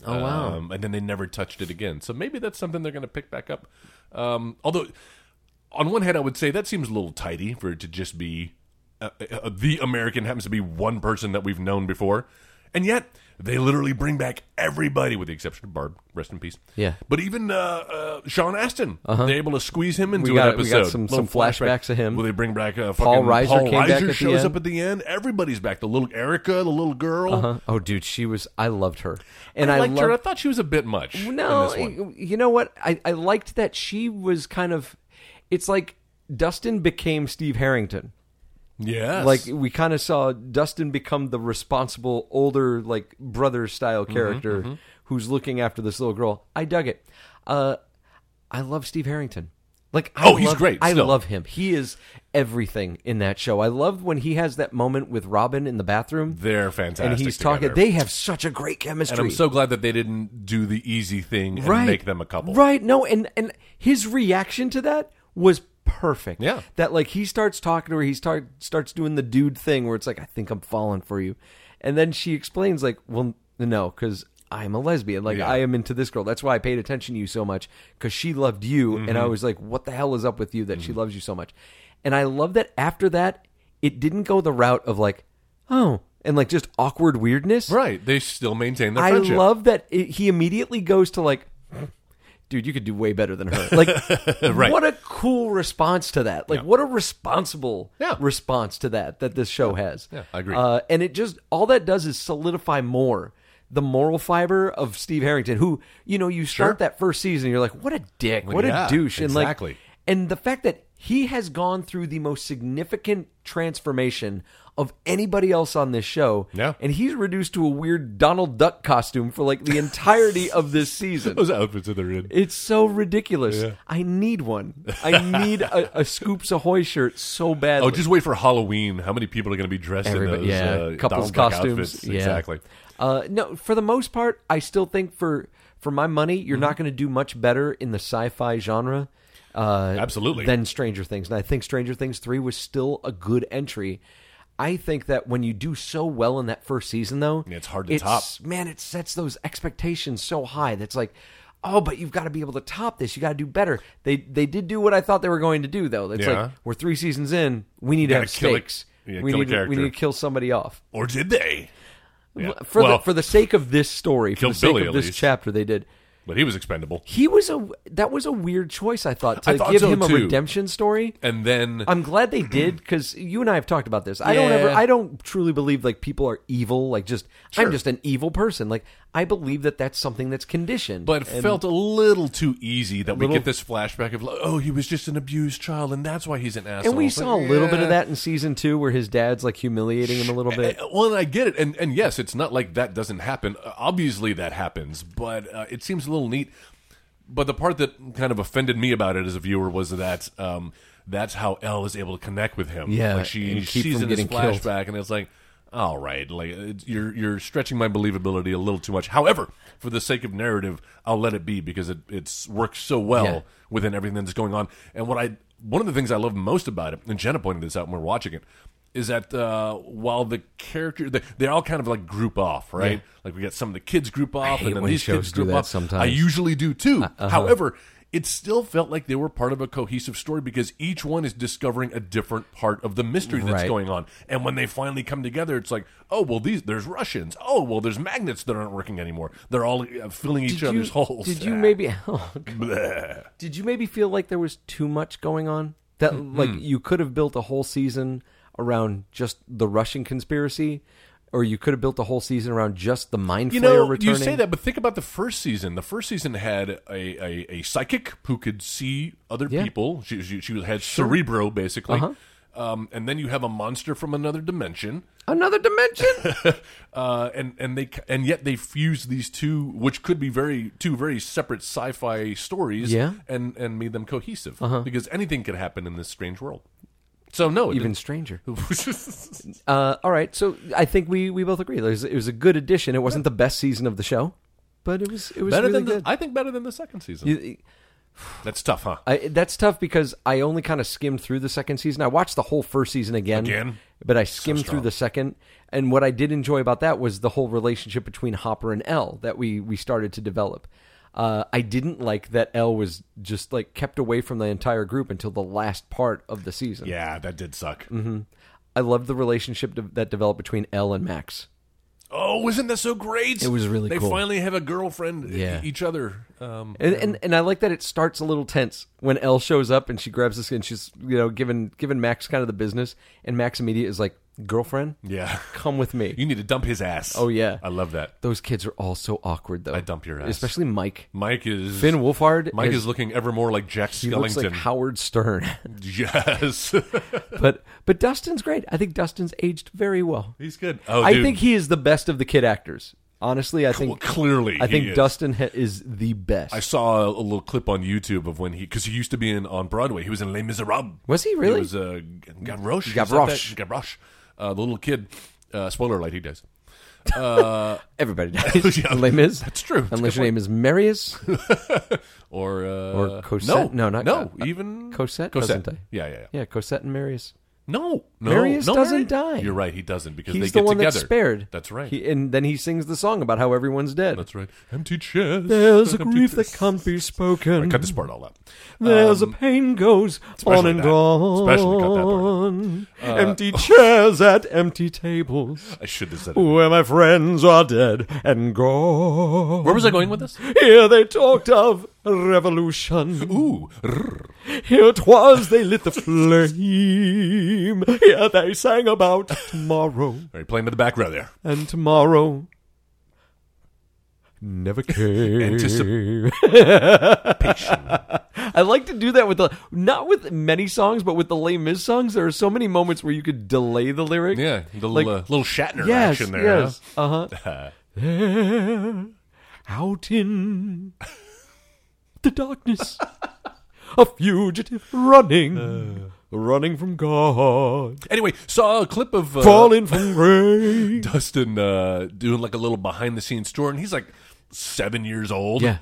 Oh wow! Um, and then they never touched it again. So maybe that's something they're going to pick back up. Um, although, on one hand, I would say that seems a little tidy for it to just be uh, uh, the American happens to be one person that we've known before, and yet they literally bring back everybody with the exception of Barb. Rest in peace.
Yeah.
But even uh, uh, Sean Astin, they're able to squeeze him into
got-
an
we
episode.
got some-
Little
some flashbacks of him.
Well, they bring back uh,
Paul
fucking
Reiser
Paul
came back
Reiser
at the
shows
end.
up at the end. Everybody's back. The little Erica, the little girl.
Huh? Oh, dude, she was. I loved her, and
I
I,
liked
loved.
her. I thought she was a bit much. in
no,
this one.
you know what? I I liked that she was kind of. It's like Dustin became Steve Harrington.
yes,
Like we kind of saw Dustin become the responsible older like brother style
Mm-hmm,
character who's looking after this little girl. I dug it. Uh, I love Steve Harrington. Like I
Oh, he's
love-
great,
I
still.
love him. He is everything in that show. I love when he has that moment with Robin in the bathroom.
they're fantastic.
and he's
together.
talking. They have such a great chemistry.
and I'm so glad that they didn't do the easy thing and
right.
make them a couple.
Right. No, and and his reaction to that was perfect.
Yeah.
That like he starts talking to her, he start starts doing the dude thing where it's like, I think I'm falling for you. And then she explains, like, well, no, because I'm a lesbian. Like,
Yeah.
I am into this girl. That's why I paid attention to you so much, because she loved you. And
Mm-hmm.
I was like, what the hell is up with you that she loves you so much? And I love that after that, it didn't go the route of like, oh, and like just awkward weirdness.
Right. They still maintain their
I
friendship.
love that it, he immediately goes to like, dude, you could do way better than her. Like,
Right.
what a cool response to that. Like, what a responsible
Yeah.
response to that that this show has.
Yeah, I agree.
Uh, and it just all that does is solidify more the moral fiber of Steve Harrington, who you know you start
Sure.
that first season, you're like, what a dick, what
yeah,
a douche, and
exactly.
like, and the fact that he has gone through the most significant transformation of anybody else on this show
Yeah.
and he's reduced to a weird Donald Duck costume for like the entirety of this season.
those outfits that they're in.
It's so ridiculous. I need one. I need a, a Scoops Ahoy shirt so badly.
Oh, just wait for Halloween. How many people are going to be dressed in
Everybody-
those
yeah,
uh,
couples
Donald Duck
costumes.
outfits?
Yeah.
Exactly.
Uh, no, for the most part, I still think for for my money, you're
Mm-hmm.
not going to do much better in the sci-fi genre. Uh,
Absolutely.
Than Stranger Things, and I think Stranger Things three was still a good entry. I think that when you do so well in that first season, though,
It's hard to top.
Man, it sets those expectations so high. That's like. Oh, but you've got to be able to top this. You got to do better. They they did do what I thought they were going to do, though. It's
Yeah.
like we're three seasons in. We need to
gotta
have
kill a-
stakes.
yeah,
we
kill a
need to, we
character.
need to kill somebody off.
Or did they? Yeah.
For
Well-
the for the sake of this story, for
Kill
the sake
Billy,
of
at
this
least.
chapter, they did.
But he was expendable.
He was a that was a weird choice. I thought to
I thought
give
so,
him
too.
a redemption story.
And then
I'm glad they did because you and I have talked about this. I don't ever,
Yeah.
I don't truly believe like people are evil. Like just, I'm just an evil person. Like I believe that that's something that's conditioned.
but it felt a little too easy that we
Little-
get this flashback of like, oh, he was just an abused child, and that's why he's an asshole.
and we
It's like,
saw a little bit
yeah.
of that in season two where his dad's like humiliating him a little bit.
Uh, Well, and I get it, and and yes, it's not like that doesn't happen. Uh, Obviously, that happens, but uh, it seems a little neat. But the part that kind of offended me about it as a viewer was that um, that's how Elle is able to connect with him.
Yeah,
like she
and keep
she's
from
in this
getting killed.
flashback, and it's like, all right, like it's, you're you're stretching my believability a little too much. However, for the sake of narrative, I'll let it be because it it's works so well
Yeah.
within everything that's going on. And what I one of the things I love most about it, and Jenna pointed this out when we we're watching it, is that uh, while the character they, they all kind of like group off, right? Like we got some of the kids group off,
hate
and then
when
these
shows
kids
do
group
that
off.
sometimes.
I usually do
Uh,
too.
uh-huh.
However. It still felt like they were part of a cohesive story because each one is discovering a different part of the mystery that's
Right.
going on. And when they finally come together, it's like, oh well, these there's Russians. Oh well, there's magnets that aren't working anymore. They're all uh, filling each other's holes.
Did you
Ah.
maybe? oh,
Bleh.
did you maybe feel like there was too much going on that
Mm-hmm.
like you could have built a whole season around just the russian conspiracy or you could have built a whole season around just the mind
You
flayer
know,
returning
you say that, but think about the first season. The first season had a, a, a psychic who could see other
Yeah. Uh-huh.
people. She, she, she had cerebro, basically. Um, and then you have a monster from another dimension,
another dimension
uh, and and they and yet they fuse these two, which could be very two very separate sci-fi stories,
Yeah. Uh-huh.
and and made them cohesive because anything could happen in this strange world. So no, it
even
didn't-
stranger uh, all right so i think we, we both agree it was, it was a good addition it wasn't the best season of the show but it was it was
better
really
than the,
good
I think better than the second season.
You-
That's tough, huh?
I, that's tough because I only kind of skimmed through the second season. I watched the whole first season again,
Again?
but I skimmed through
strong.
the second. And what I did enjoy about that was the whole relationship between Hopper and L that we we started to develop. Uh, I didn't like that L was just like kept away from the entire group until the last part of the season.
yeah, that did suck.
Mm-hmm. I loved the relationship de- that developed between L and Max.
Oh, isn't that so great?
It was really
they
cool.
finally have a girlfriend. e-
Yeah.
each other. Um,
And, and and I like that it starts a little tense when Elle shows up and she grabs this and she's you know giving giving Max kind of the business and Max immediately is like girlfriend
yeah,
come with me
you need to dump his ass.
oh yeah
I love that.
those kids are all so awkward though
I dump your ass.
especially Mike
Mike is
Finn Wolfhard
Mike
is-
is looking ever more like Jack
he looks
Skellington.
like Howard Stern
yes,
but but Dustin's great I think Dustin's aged very well
he's good. Oh,
I
dude.
think he is the best of the kid actors honestly I
well,
think
clearly
I
he
think
is.
Dustin ha- is the best
I saw a, a little clip on YouTube of when he because he used to be in on Broadway. He was in Les Miserables.
Was he really?
He was uh, G- Gavroche. Is that
Gavroche.
that? Gavroche. Uh, the little kid. Uh, spoiler alert: He dies.
everybody does
Yeah,
Les Mis
that's true. That's a
unless
good
your
point.
name is Marius
or uh,
Or Cosette.
No,
No, not-
no.
uh,
even
Cosette doesn't die.
Yeah, yeah, yeah.
yeah Cosette and Marius
No, no,
Marius
no,
doesn't die.
You're right. He doesn't because
He's
they
the
get
one
together.
that's spared.
That's right.
He, and then he sings the song about how everyone's dead.
that's right. Empty chest.
There's a
empty
grief that
chest.
can't be
I
spoken.
cut this part all out.
There's a pain goes on
Um, especially
and
that.
on.
Especially cut that Uh, oh. part.
empty chairs at empty tables,
I should have said. It.
where my friends are dead and gone.
Where was I going with this?
Here they talked of revolution.
Ooh, rrr.
Here 'twas they lit the flame. Here they sang about tomorrow.
All right, playing to the background there.
and tomorrow never came.
Anticipation.
I like to do that with the not with many songs, but with the Les Mis songs. There are so many moments where you could delay the lyric.
Yeah, the
Like-
little, uh, little Shatner
yes,
action there.
yes,
huh?
uh huh.
Uh-huh.
there, out in the darkness, a fugitive running, Uh. running from God,
Anyway, saw a clip of uh,
falling from grace.
Dustin uh, doing like a little behind the scenes tour, and he's like seven years old.
Yeah.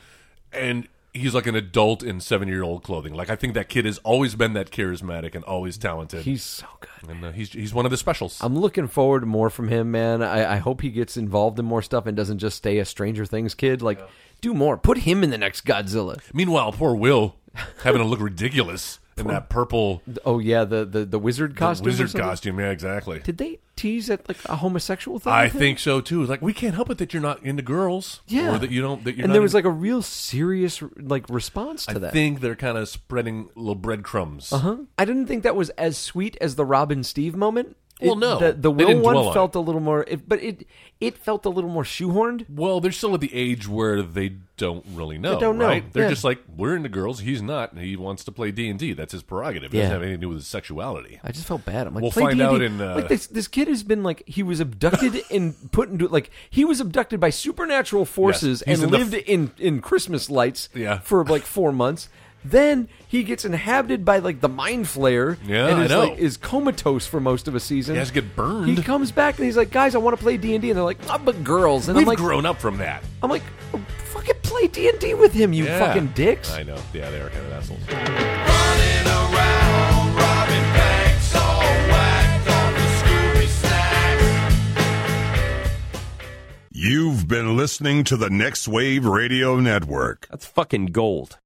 And he's like an adult in seven year old clothing. Like I think that kid has always been that charismatic and always talented.
He's so good.
and uh, he's he's one of the specials.
I'm looking forward to more from him, man. I, I hope he gets involved in more stuff and doesn't just stay a Stranger Things kid. Like, do more. Put him in the next Godzilla.
Meanwhile, poor Will having to look ridiculous in that purple
Oh yeah, the the, the wizard costume. or
wizard
something?
costume. Yeah, exactly.
Did they tease at like a homosexual thing?
I
with him?
think so too. Like we can't help it that you're not into girls,
Yeah.
or that you don't. That you're
and
not
there was
in-
like a real serious like response to
I
that. Uh-huh.
think they're kind of spreading little breadcrumbs.
huh? I didn't think that was as sweet as the Robin Steve moment.
Well,
It-
no.
the, the
They
Will
didn't
one
dwell on
felt a little more, it, but it it felt a little more shoehorned.
Well, they're still at the age where they don't really know.
don't know,
Right? They're
yeah.
just like we're into girls. He's not. and He wants to play D and D. That's his prerogative. It
Yeah.
Doesn't have anything to do with his sexuality.
I just felt bad. I'm like,
We'll
play
find
D&D.
out in, uh,
like this this kid has been like he was abducted and put into like he was abducted by supernatural forces
he's
and
in the
lived in in Christmas lights
Yeah.
for like four months. Then he gets inhabited by like the mind flayer
Yeah,
and
I
is
know.
like is comatose for most of a season.
He has to get burned.
He comes back and he's like, "Guys, I want to play D and D," and they're like, oh, "But girls," and
We've
I'm like,
grown up from that.
"I'm like, oh, fucking play D and D with him, you
Yeah.
fucking dicks."
I know. Yeah, they are kind of assholes.
You've been listening to the Next Wave Radio Network.
That's fucking gold.